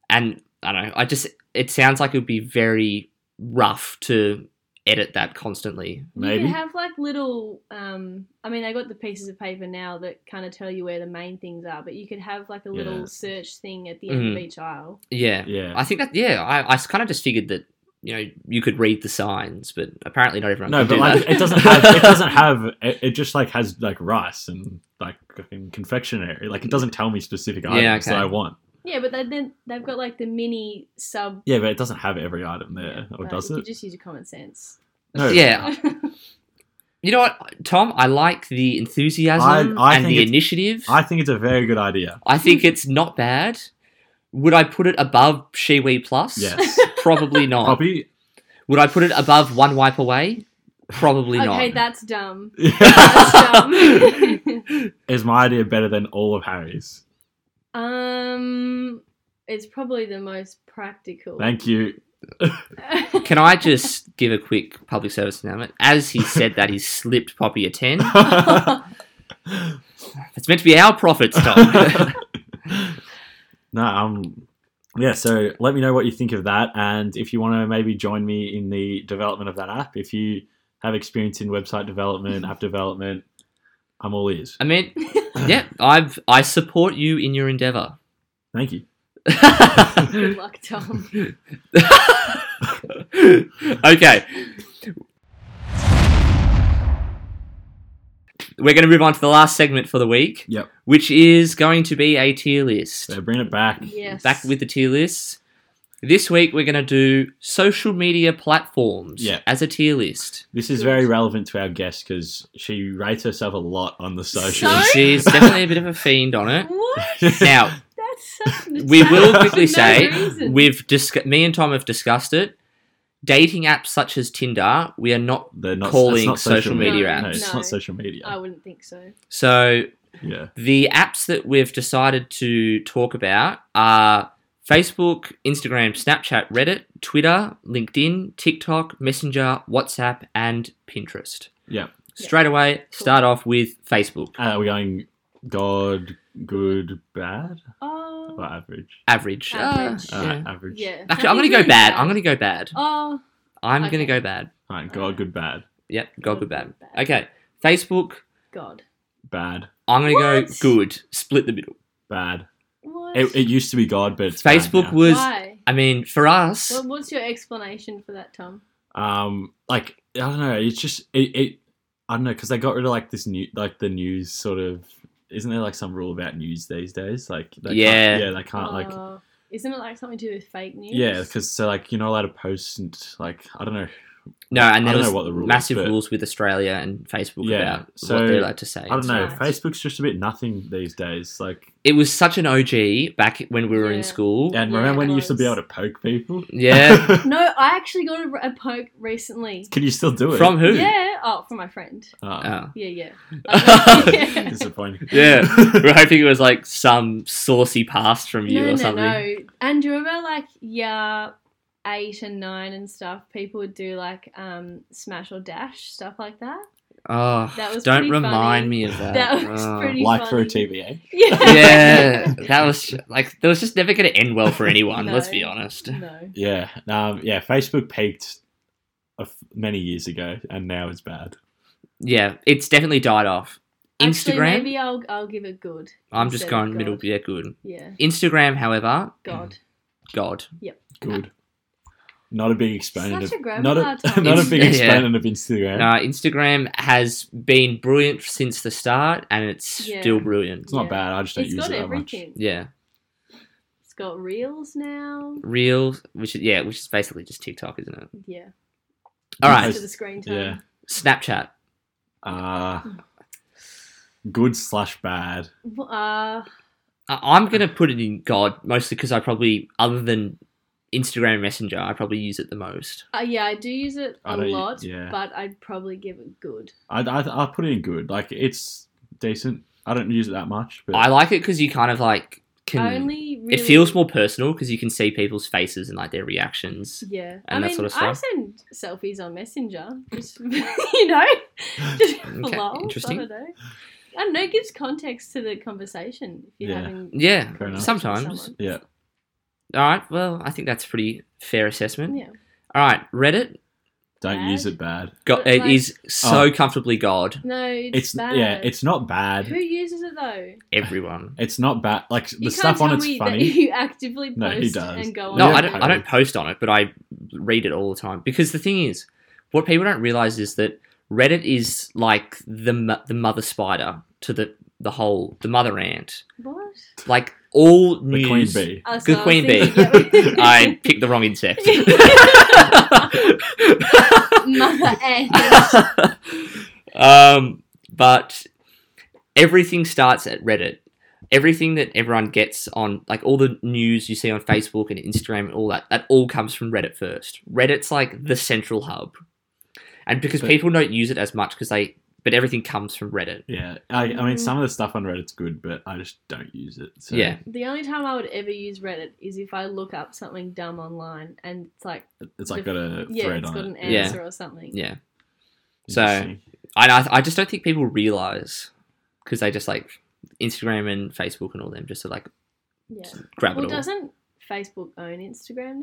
[SPEAKER 2] And I don't know. I just it sounds like it would be very rough to edit that constantly.
[SPEAKER 3] maybe
[SPEAKER 4] You can have like little. Um, I mean, they got the pieces of paper now that kind of tell you where the main things are, but you could have like a little
[SPEAKER 3] Yeah.
[SPEAKER 4] search thing at the end of
[SPEAKER 2] Mm.
[SPEAKER 4] each aisle.
[SPEAKER 2] Yeah,
[SPEAKER 3] yeah
[SPEAKER 2] I think that. Yeah, I, I kind of just figured that you know you could read the signs, but apparently not everyone.
[SPEAKER 3] no
[SPEAKER 2] can
[SPEAKER 3] but
[SPEAKER 2] do
[SPEAKER 3] like
[SPEAKER 2] that.
[SPEAKER 3] it doesn't have it doesn't have it, it just like has like rice and like fucking confectionery like it doesn't tell me specific
[SPEAKER 2] Yeah,
[SPEAKER 3] items that
[SPEAKER 2] okay.
[SPEAKER 3] i want
[SPEAKER 4] Yeah, but they, then they've got like the mini sub.
[SPEAKER 3] Yeah, but it doesn't have every item there, or
[SPEAKER 4] like,
[SPEAKER 3] does
[SPEAKER 4] Uh, you
[SPEAKER 3] it?
[SPEAKER 4] could Just use your common sense.
[SPEAKER 3] No.
[SPEAKER 2] Yeah, You know what, Tom? I like the enthusiasm
[SPEAKER 3] I- I
[SPEAKER 2] and
[SPEAKER 3] think
[SPEAKER 2] the
[SPEAKER 3] it's-
[SPEAKER 2] initiative. I,
[SPEAKER 3] I think it's a very good idea.
[SPEAKER 2] think it's not bad. Would I put it above Shiwi Plus?
[SPEAKER 3] Yes.
[SPEAKER 2] Probably not.
[SPEAKER 3] Poppy?
[SPEAKER 2] Would I put it above One Wipe Away? Probably
[SPEAKER 4] okay,
[SPEAKER 2] not.
[SPEAKER 4] that's dumb. That's dumb.
[SPEAKER 3] Is my idea better than all of Harry's?
[SPEAKER 4] um, it's probably the most practical.
[SPEAKER 3] Thank you.
[SPEAKER 4] you.
[SPEAKER 2] Can I just give a quick public service announcement? As he said that, he slipped Poppy a 10. It's meant to be our profits, Tom.
[SPEAKER 3] no, um, yeah, so let me know what you think of that. And if you want to maybe join me in the development of that app, if you have experience in website development, app development, I'm all ears.
[SPEAKER 2] I mean, yeah, I've, I support you in your endeavor.
[SPEAKER 3] Thank you.
[SPEAKER 4] Good luck, Tom.
[SPEAKER 2] okay. We're going to move on to the last segment for the week.
[SPEAKER 3] Yep.
[SPEAKER 2] Which is going to be a tier list.
[SPEAKER 3] So bring it back.
[SPEAKER 4] Yes.
[SPEAKER 2] Back with the tier lists. This week we're going to do social media platforms
[SPEAKER 3] Yeah.
[SPEAKER 2] as a tier list.
[SPEAKER 3] This is very relevant to our guest because she rates herself a lot on the socials.
[SPEAKER 4] Sorry?
[SPEAKER 2] She's definitely a bit of a fiend on it.
[SPEAKER 4] What?
[SPEAKER 2] Now,
[SPEAKER 4] That's such an
[SPEAKER 2] we
[SPEAKER 4] attack
[SPEAKER 2] will
[SPEAKER 4] for
[SPEAKER 2] quickly
[SPEAKER 4] no
[SPEAKER 2] say
[SPEAKER 4] reason.
[SPEAKER 2] we've discussed. Me and Tom have discussed it. Dating apps such as Tinder, we are not
[SPEAKER 3] They're not
[SPEAKER 2] Calling
[SPEAKER 3] that's not
[SPEAKER 2] social
[SPEAKER 4] media
[SPEAKER 3] No,
[SPEAKER 4] apps.
[SPEAKER 3] it's
[SPEAKER 4] No. Oh.
[SPEAKER 3] not social media.
[SPEAKER 4] I wouldn't think so.
[SPEAKER 2] so
[SPEAKER 3] Yeah.
[SPEAKER 2] The apps that we've decided to talk about are Facebook, Instagram, Snapchat, Reddit, Twitter, LinkedIn, TikTok, Messenger, WhatsApp, and Pinterest.
[SPEAKER 3] Yeah.
[SPEAKER 2] Straight away, start off with Facebook.
[SPEAKER 3] Uh, we're going God, good, bad,
[SPEAKER 4] Oh.
[SPEAKER 3] or average?
[SPEAKER 2] Average. Uh,
[SPEAKER 4] Average.
[SPEAKER 3] Uh,
[SPEAKER 2] yeah.
[SPEAKER 3] Average.
[SPEAKER 4] Yeah.
[SPEAKER 2] Actually, I'm going to go bad. I'm going to go bad.
[SPEAKER 4] Oh,
[SPEAKER 2] I'm going to
[SPEAKER 4] Okay.
[SPEAKER 2] go bad.
[SPEAKER 3] Right, God, good, bad,
[SPEAKER 2] Yep, God, good, bad. Okay, Facebook.
[SPEAKER 4] God.
[SPEAKER 3] bad,
[SPEAKER 2] I'm gonna go
[SPEAKER 4] What?
[SPEAKER 2] good. Split the middle.
[SPEAKER 3] bad.
[SPEAKER 4] What?
[SPEAKER 3] It, it used to be God, but it's bad
[SPEAKER 2] Facebook
[SPEAKER 3] now.
[SPEAKER 2] was.
[SPEAKER 4] Why?
[SPEAKER 2] I mean, for us,
[SPEAKER 4] What, what's your explanation for that, Tom?
[SPEAKER 3] um like i don't know it's just it, it i don't know because they got rid of like this new like the news sort of isn't there like some rule about news these days like they can't-
[SPEAKER 2] Yeah.
[SPEAKER 3] yeah they can't Uh, like
[SPEAKER 4] Oh, isn't it like something to do with fake news?
[SPEAKER 3] yeah because so like you're not allowed to post and like i don't know
[SPEAKER 2] no, and there
[SPEAKER 3] I don't
[SPEAKER 2] was
[SPEAKER 3] know what the rule is,
[SPEAKER 2] massive
[SPEAKER 3] but-
[SPEAKER 2] rules with Australia and Facebook
[SPEAKER 3] Yeah,
[SPEAKER 2] about
[SPEAKER 3] so,
[SPEAKER 2] what they're allowed to say.
[SPEAKER 3] i don't know
[SPEAKER 4] Right.
[SPEAKER 3] facebook's just a bit nothing these days like
[SPEAKER 2] It was such an OG back when we were
[SPEAKER 4] Yeah.
[SPEAKER 2] in school.
[SPEAKER 3] and
[SPEAKER 4] Yeah,
[SPEAKER 3] remember when
[SPEAKER 4] it
[SPEAKER 3] you used to be
[SPEAKER 4] was.
[SPEAKER 3] able to poke people
[SPEAKER 2] Yeah,
[SPEAKER 4] No, I actually got a, a poke recently.
[SPEAKER 3] can you still do it
[SPEAKER 2] from who?
[SPEAKER 4] Yeah. Oh, from my friend.
[SPEAKER 3] oh,
[SPEAKER 2] Oh.
[SPEAKER 4] Yeah, yeah. I know.
[SPEAKER 3] disappointing
[SPEAKER 2] Yeah. We're hoping it was like some saucy pass from you
[SPEAKER 4] no,
[SPEAKER 2] or
[SPEAKER 4] no,
[SPEAKER 2] something.
[SPEAKER 4] no. And do you remember, like, yeah, eight and nine and stuff? People would do like um, smash or dash stuff like that.
[SPEAKER 2] Oh,
[SPEAKER 4] That was
[SPEAKER 2] don't
[SPEAKER 4] pretty
[SPEAKER 2] remind
[SPEAKER 4] funny.
[SPEAKER 2] me of that.
[SPEAKER 4] That was
[SPEAKER 2] Oh.
[SPEAKER 4] pretty
[SPEAKER 3] like for a
[SPEAKER 4] funny.
[SPEAKER 3] tva
[SPEAKER 4] Yeah.
[SPEAKER 2] Yeah, that was like that was just never going to end well for anyone. Let's
[SPEAKER 4] No.
[SPEAKER 2] be honest.
[SPEAKER 4] No.
[SPEAKER 3] yeah um yeah facebook peaked a f- many years ago and now it's bad
[SPEAKER 2] Yeah, it's definitely died off.
[SPEAKER 4] Actually,
[SPEAKER 2] Instagram.
[SPEAKER 4] maybe I'll I'll give it good.
[SPEAKER 2] I'm just
[SPEAKER 4] instead
[SPEAKER 2] going
[SPEAKER 4] of
[SPEAKER 2] middle.
[SPEAKER 4] God.
[SPEAKER 2] Yeah, good.
[SPEAKER 4] Yeah.
[SPEAKER 2] Instagram, however,
[SPEAKER 4] God.
[SPEAKER 2] God.
[SPEAKER 3] Good. Not a big exponent
[SPEAKER 4] Such
[SPEAKER 3] of
[SPEAKER 4] a grandma
[SPEAKER 3] not a
[SPEAKER 4] type.
[SPEAKER 3] not a big
[SPEAKER 2] Yeah.
[SPEAKER 3] exponent of Instagram.
[SPEAKER 2] Uh, Instagram has been brilliant since the start, and it's
[SPEAKER 4] Yeah.
[SPEAKER 2] still brilliant.
[SPEAKER 3] It's not
[SPEAKER 4] Yeah.
[SPEAKER 3] bad. I just don't
[SPEAKER 4] It's
[SPEAKER 3] use
[SPEAKER 4] got
[SPEAKER 3] it that
[SPEAKER 4] everything.
[SPEAKER 2] Yeah,
[SPEAKER 4] It's got reels now.
[SPEAKER 2] real, which is yeah, which is basically just TikTok, isn't it?
[SPEAKER 4] Yeah.
[SPEAKER 2] All
[SPEAKER 3] Yeah.
[SPEAKER 2] right,
[SPEAKER 4] To the screen time.
[SPEAKER 3] Yeah.
[SPEAKER 2] Snapchat.
[SPEAKER 3] much. Uh, good slash bad.
[SPEAKER 4] W- Uh,
[SPEAKER 2] I- I'm gonna put it in God mostly because I probably, other than Instagram Messenger, I probably use it the most.
[SPEAKER 4] uh, yeah, I do use it
[SPEAKER 3] I
[SPEAKER 4] a
[SPEAKER 3] don't u-
[SPEAKER 4] lot,
[SPEAKER 3] yeah.
[SPEAKER 4] but I'd probably give it good.
[SPEAKER 3] I I I put it in good. Like it's decent. I don't use it that much, but
[SPEAKER 2] I like it because you kind of like can.
[SPEAKER 4] I only really,
[SPEAKER 2] It feels more personal because you can see people's faces and like their reactions.
[SPEAKER 4] Yeah,
[SPEAKER 2] and that
[SPEAKER 4] I mean,
[SPEAKER 2] sort of
[SPEAKER 4] I
[SPEAKER 2] stuff.
[SPEAKER 4] send selfies on Messenger, just you know, just for
[SPEAKER 2] Okay,
[SPEAKER 4] lols,
[SPEAKER 2] interesting.
[SPEAKER 4] I don't know. I don't know. It gives context to the conversation if you're
[SPEAKER 3] Yeah.
[SPEAKER 4] having.
[SPEAKER 2] Yeah,
[SPEAKER 3] Fair enough.
[SPEAKER 2] sometimes.
[SPEAKER 3] yeah,
[SPEAKER 2] All right. Well, I think that's a pretty fair assessment.
[SPEAKER 4] Yeah.
[SPEAKER 2] All right, Reddit
[SPEAKER 3] don't
[SPEAKER 4] Bad.
[SPEAKER 3] use it bad.
[SPEAKER 2] go-
[SPEAKER 4] But,
[SPEAKER 2] it
[SPEAKER 4] like-
[SPEAKER 2] is so comfortably God.
[SPEAKER 4] No, it's,
[SPEAKER 3] It's,
[SPEAKER 4] bad.
[SPEAKER 3] yeah, it's not
[SPEAKER 4] Who
[SPEAKER 3] bad.
[SPEAKER 4] uses it though?
[SPEAKER 2] Everyone.
[SPEAKER 3] It's not bad. Like the
[SPEAKER 4] You can't
[SPEAKER 3] stuff on
[SPEAKER 4] tell
[SPEAKER 3] it's
[SPEAKER 4] me
[SPEAKER 3] funny.
[SPEAKER 4] That you actively post
[SPEAKER 3] No, he does.
[SPEAKER 4] and go on.
[SPEAKER 2] No,
[SPEAKER 3] Yeah,
[SPEAKER 2] I don't. I
[SPEAKER 3] totally.
[SPEAKER 2] don't post on it, but I read it all the time because the thing is, what people don't realize is that Reddit is like the mo- the mother spider to the the whole the mother ant.
[SPEAKER 4] What?
[SPEAKER 2] Like all
[SPEAKER 3] the
[SPEAKER 2] news.
[SPEAKER 3] queen bee.
[SPEAKER 4] Oh, so
[SPEAKER 2] Good
[SPEAKER 4] I was
[SPEAKER 2] queen
[SPEAKER 4] thinking-
[SPEAKER 2] I picked the wrong insect.
[SPEAKER 4] Mother Ant.
[SPEAKER 2] um, but everything starts at Reddit. Everything that everyone gets on, like all the news you see on Facebook and Instagram and all that, that all comes from Reddit first. Reddit's like the central hub, and because
[SPEAKER 3] But-
[SPEAKER 2] people don't use it as much because they, but everything comes from Reddit.
[SPEAKER 3] Yeah, I, I mean
[SPEAKER 4] Mm.
[SPEAKER 3] some of the stuff on Reddit's good, but I just don't use it. So.
[SPEAKER 2] Yeah,
[SPEAKER 4] The only time I would ever use Reddit is if I look up something dumb online and it's like,
[SPEAKER 3] it's like
[SPEAKER 4] The-
[SPEAKER 3] got a
[SPEAKER 4] yeah,
[SPEAKER 3] thread
[SPEAKER 4] it's
[SPEAKER 3] on
[SPEAKER 4] got
[SPEAKER 3] it.
[SPEAKER 4] an
[SPEAKER 2] Yeah.
[SPEAKER 4] answer or something.
[SPEAKER 2] yeah. So-
[SPEAKER 3] Interesting.
[SPEAKER 2] And I, I just don't think people realize because they just like Instagram and Facebook and all them just to like
[SPEAKER 4] Yeah.
[SPEAKER 2] grab
[SPEAKER 4] Well,
[SPEAKER 2] it all.
[SPEAKER 4] doesn't Facebook own Instagram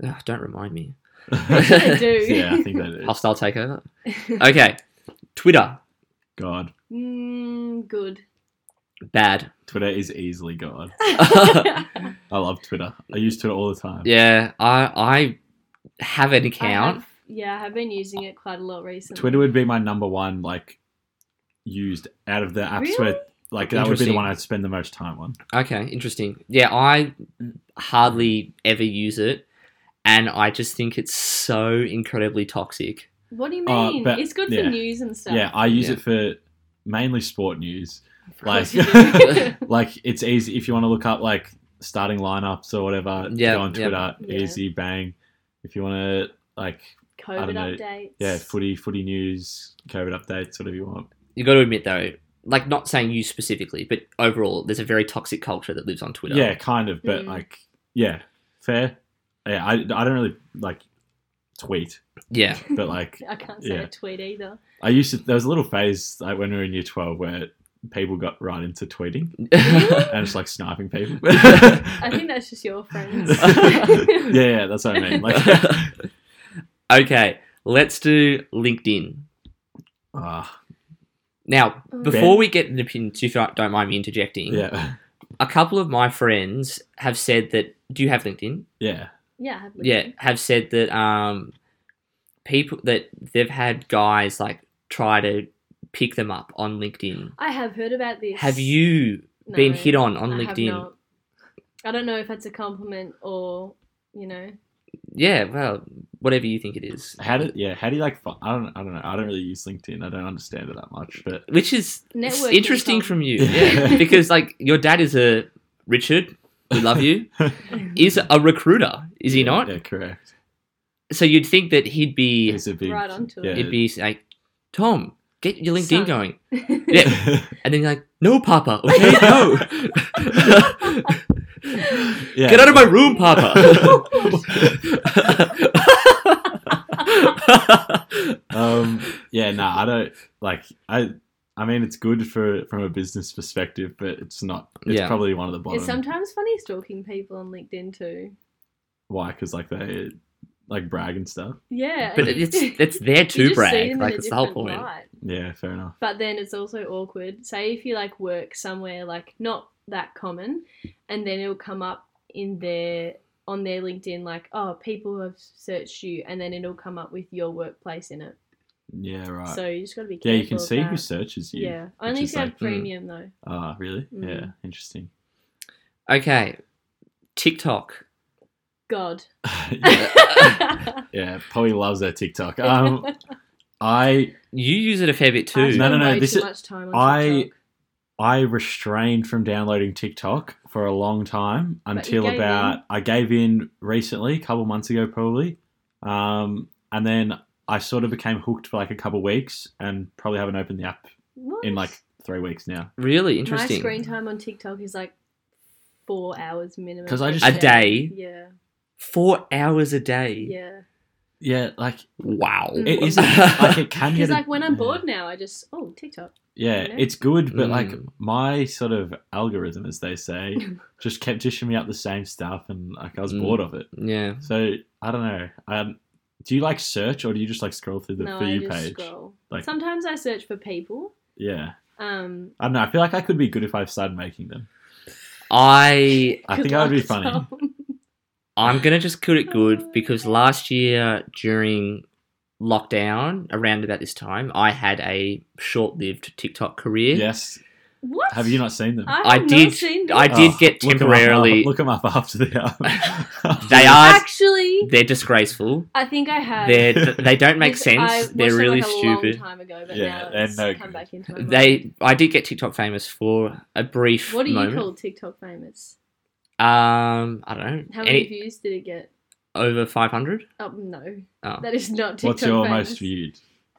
[SPEAKER 4] now?
[SPEAKER 2] Ugh, don't remind me.
[SPEAKER 4] They do.
[SPEAKER 3] yeah, I think that is.
[SPEAKER 2] Hostile takeover. Okay, Twitter
[SPEAKER 3] God,
[SPEAKER 4] Mm, good.
[SPEAKER 2] bad.
[SPEAKER 3] Twitter is easily God. I love Twitter. I use Twitter all the time.
[SPEAKER 2] Yeah, I I have an
[SPEAKER 4] I
[SPEAKER 2] account.
[SPEAKER 4] have, yeah, I have been using it quite a lot recently.
[SPEAKER 3] Twitter would be my number one, like, used out of the apps
[SPEAKER 4] Really?
[SPEAKER 3] where, like, that would be the
[SPEAKER 2] Interesting.
[SPEAKER 3] one I'd spend the most time on.
[SPEAKER 2] Okay, interesting. Yeah, I hardly ever use it, and I just think it's so incredibly toxic.
[SPEAKER 4] What do you
[SPEAKER 3] Uh,
[SPEAKER 4] mean?
[SPEAKER 3] but-
[SPEAKER 4] it's good
[SPEAKER 3] yeah.
[SPEAKER 4] for news and stuff.
[SPEAKER 3] Yeah, I use
[SPEAKER 2] Yeah.
[SPEAKER 3] it for mainly sport news.
[SPEAKER 4] Of course
[SPEAKER 3] like-
[SPEAKER 4] you do.
[SPEAKER 3] Like, it's easy if you want to look up, like, starting lineups or whatever,
[SPEAKER 2] Yeah,
[SPEAKER 3] go on
[SPEAKER 2] yeah.
[SPEAKER 3] Twitter,
[SPEAKER 4] Yeah.
[SPEAKER 3] easy, bang. If you want to, like,
[SPEAKER 4] COVID
[SPEAKER 3] know.
[SPEAKER 4] updates.
[SPEAKER 3] yeah, footy, footy news, COVID updates, whatever you want.
[SPEAKER 2] You got to admit though, like not saying you specifically, but overall, there's a very toxic culture that lives on Twitter.
[SPEAKER 3] Yeah, kind of, but
[SPEAKER 4] Mm.
[SPEAKER 3] like, yeah, fair. Yeah, I, I don't really like tweet,
[SPEAKER 2] yeah,
[SPEAKER 3] but like,
[SPEAKER 4] I can't say
[SPEAKER 3] yeah.
[SPEAKER 4] a tweet either.
[SPEAKER 3] I used to. There was a little phase like when we were in year twelve where people got right into tweeting and just like sniping people.
[SPEAKER 4] I
[SPEAKER 3] yeah,
[SPEAKER 4] think that's just your friends.
[SPEAKER 3] yeah, that's what I mean. Like,
[SPEAKER 2] okay, Let's do LinkedIn.
[SPEAKER 3] Ah,
[SPEAKER 2] Now,
[SPEAKER 4] Oh.
[SPEAKER 2] before we get into opinions, if you don't mind me interjecting,
[SPEAKER 3] yeah,
[SPEAKER 2] a couple of my friends have said that. Do you have LinkedIn?
[SPEAKER 3] yeah.
[SPEAKER 4] Yeah. I have
[SPEAKER 2] Yeah, have said that um, people that they've had guys like try to pick them up on LinkedIn.
[SPEAKER 4] I have heard about this.
[SPEAKER 2] Have you
[SPEAKER 4] No,
[SPEAKER 2] been hit on on
[SPEAKER 4] I have
[SPEAKER 2] LinkedIn?
[SPEAKER 4] not. I don't know if that's a compliment or you know.
[SPEAKER 2] Yeah, well, whatever you think it is.
[SPEAKER 3] How do yeah? How do you like? fi- I don't. I don't know. I don't really use LinkedIn. I don't understand it that much. But
[SPEAKER 2] Which is it's
[SPEAKER 4] Networking
[SPEAKER 2] interesting
[SPEAKER 4] com-
[SPEAKER 2] from you,
[SPEAKER 3] Yeah.
[SPEAKER 2] yeah, because like your dad is a Richard. We love you. is a recruiter, is he
[SPEAKER 3] Yeah,
[SPEAKER 2] not?
[SPEAKER 3] Yeah, correct.
[SPEAKER 2] So you'd think that he'd be
[SPEAKER 3] He's a big,
[SPEAKER 4] Right onto it.
[SPEAKER 3] yeah.
[SPEAKER 2] it'd be like, Tom, get your LinkedIn
[SPEAKER 4] Son.
[SPEAKER 2] going. And then you're like, no, Papa, okay, no.
[SPEAKER 3] Yeah.
[SPEAKER 2] Get out of my room, Papa.
[SPEAKER 3] um yeah no i don't like i i mean it's good for from a business perspective but it's not it's
[SPEAKER 2] Yeah.
[SPEAKER 3] probably one of the bottom
[SPEAKER 4] It's sometimes funny stalking people on LinkedIn too.
[SPEAKER 3] why because like they like brag and stuff
[SPEAKER 4] Yeah.
[SPEAKER 2] but
[SPEAKER 4] and
[SPEAKER 2] it's
[SPEAKER 4] you-
[SPEAKER 2] it's there
[SPEAKER 4] you
[SPEAKER 2] to
[SPEAKER 4] just see them
[SPEAKER 2] brag.
[SPEAKER 4] in
[SPEAKER 2] Like
[SPEAKER 4] a
[SPEAKER 2] it's the whole
[SPEAKER 4] different
[SPEAKER 2] point.
[SPEAKER 4] light.
[SPEAKER 3] yeah fair enough
[SPEAKER 4] But then it's also awkward. Say if you like work somewhere like not that common, and then it'll come up in their on their LinkedIn like, oh, people have searched you, and then it'll come up with your workplace in it.
[SPEAKER 3] yeah right
[SPEAKER 4] So you just got to be
[SPEAKER 3] yeah
[SPEAKER 4] careful.
[SPEAKER 3] you can
[SPEAKER 4] of
[SPEAKER 3] see who
[SPEAKER 4] that.
[SPEAKER 3] searches you
[SPEAKER 4] Yeah, only
[SPEAKER 3] is
[SPEAKER 4] if you have
[SPEAKER 3] like- hmm.
[SPEAKER 4] premium though.
[SPEAKER 3] oh really
[SPEAKER 4] Mm.
[SPEAKER 3] yeah interesting
[SPEAKER 2] Okay, TikTok.
[SPEAKER 4] God.
[SPEAKER 3] yeah, yeah polly loves that tiktok um i
[SPEAKER 2] You use it a fair bit
[SPEAKER 4] I
[SPEAKER 2] too.
[SPEAKER 3] No, no,
[SPEAKER 4] spend
[SPEAKER 3] no,
[SPEAKER 4] way
[SPEAKER 3] this
[SPEAKER 4] too
[SPEAKER 3] is-
[SPEAKER 4] much time on
[SPEAKER 3] i
[SPEAKER 4] TikTok,
[SPEAKER 3] i restrained from downloading tiktok for a long time
[SPEAKER 4] you
[SPEAKER 3] until
[SPEAKER 4] gave
[SPEAKER 3] about
[SPEAKER 4] in.
[SPEAKER 3] i gave in recently a couple months ago probably um and then i sort of became hooked for like a couple weeks and probably haven't opened the app
[SPEAKER 4] What?
[SPEAKER 3] in like three weeks now
[SPEAKER 2] Really
[SPEAKER 4] my
[SPEAKER 2] interesting.
[SPEAKER 4] screen time on TikTok is like four hours minimum.
[SPEAKER 3] 'Cause I just-
[SPEAKER 2] A day?
[SPEAKER 4] Yeah,
[SPEAKER 2] Four hours a day.
[SPEAKER 4] yeah.
[SPEAKER 3] yeah like
[SPEAKER 2] Wow.
[SPEAKER 4] Mm.
[SPEAKER 3] it is like it can get
[SPEAKER 4] Because
[SPEAKER 3] a-
[SPEAKER 4] like when I'm
[SPEAKER 3] yeah.
[SPEAKER 4] bored now, I just oh TikTok.
[SPEAKER 3] yeah
[SPEAKER 4] you know?
[SPEAKER 3] it's good but like
[SPEAKER 2] Mm.
[SPEAKER 3] my sort of algorithm as they say just kept dishing me up the same stuff and like i was
[SPEAKER 2] Mm.
[SPEAKER 3] bored of it
[SPEAKER 2] Yeah.
[SPEAKER 3] so i don't know um do you like search or do you just like scroll through the
[SPEAKER 4] no,
[SPEAKER 3] for
[SPEAKER 4] I
[SPEAKER 3] you
[SPEAKER 4] just
[SPEAKER 3] page
[SPEAKER 4] scroll.
[SPEAKER 3] Like-
[SPEAKER 4] Sometimes I search for people.
[SPEAKER 3] yeah
[SPEAKER 4] Um,
[SPEAKER 3] I don't know. I feel like I could be good if I started making them.
[SPEAKER 2] I
[SPEAKER 3] I
[SPEAKER 4] good
[SPEAKER 3] think that would be
[SPEAKER 4] luck,
[SPEAKER 3] funny.
[SPEAKER 4] Tom.
[SPEAKER 2] I'm gonna just call it good because last year during lockdown, around about this time, I had a short-lived TikTok career.
[SPEAKER 3] Yes.
[SPEAKER 4] What?
[SPEAKER 3] Have you not seen them? Oh,
[SPEAKER 4] I, have
[SPEAKER 2] I
[SPEAKER 4] not
[SPEAKER 2] did-
[SPEAKER 4] Seen
[SPEAKER 2] I
[SPEAKER 4] this.
[SPEAKER 2] did get
[SPEAKER 3] look 'em up
[SPEAKER 2] temporarily-
[SPEAKER 3] after- Look them up, after the hour.
[SPEAKER 2] They are
[SPEAKER 4] Actually,
[SPEAKER 2] they're disgraceful.
[SPEAKER 4] I think I have.
[SPEAKER 2] They they don't make
[SPEAKER 4] Um, Because I
[SPEAKER 2] sense.
[SPEAKER 4] watched
[SPEAKER 2] They're
[SPEAKER 4] them,
[SPEAKER 2] really
[SPEAKER 4] like, a
[SPEAKER 2] stupid.
[SPEAKER 4] Long time ago, but
[SPEAKER 3] Yeah,
[SPEAKER 4] now
[SPEAKER 3] they're
[SPEAKER 4] it's
[SPEAKER 3] no
[SPEAKER 4] come
[SPEAKER 3] good.
[SPEAKER 4] back into my mind.
[SPEAKER 2] They I did get TikTok famous for a brief
[SPEAKER 4] What do you
[SPEAKER 2] moment.
[SPEAKER 4] call TikTok famous?
[SPEAKER 2] Um, I don't know.
[SPEAKER 4] How many
[SPEAKER 2] Any,
[SPEAKER 4] views did it get?
[SPEAKER 2] over 500?
[SPEAKER 4] Oh no,
[SPEAKER 2] Oh.
[SPEAKER 4] that is not TikTok.
[SPEAKER 3] What's your
[SPEAKER 4] famous.
[SPEAKER 3] most viewed?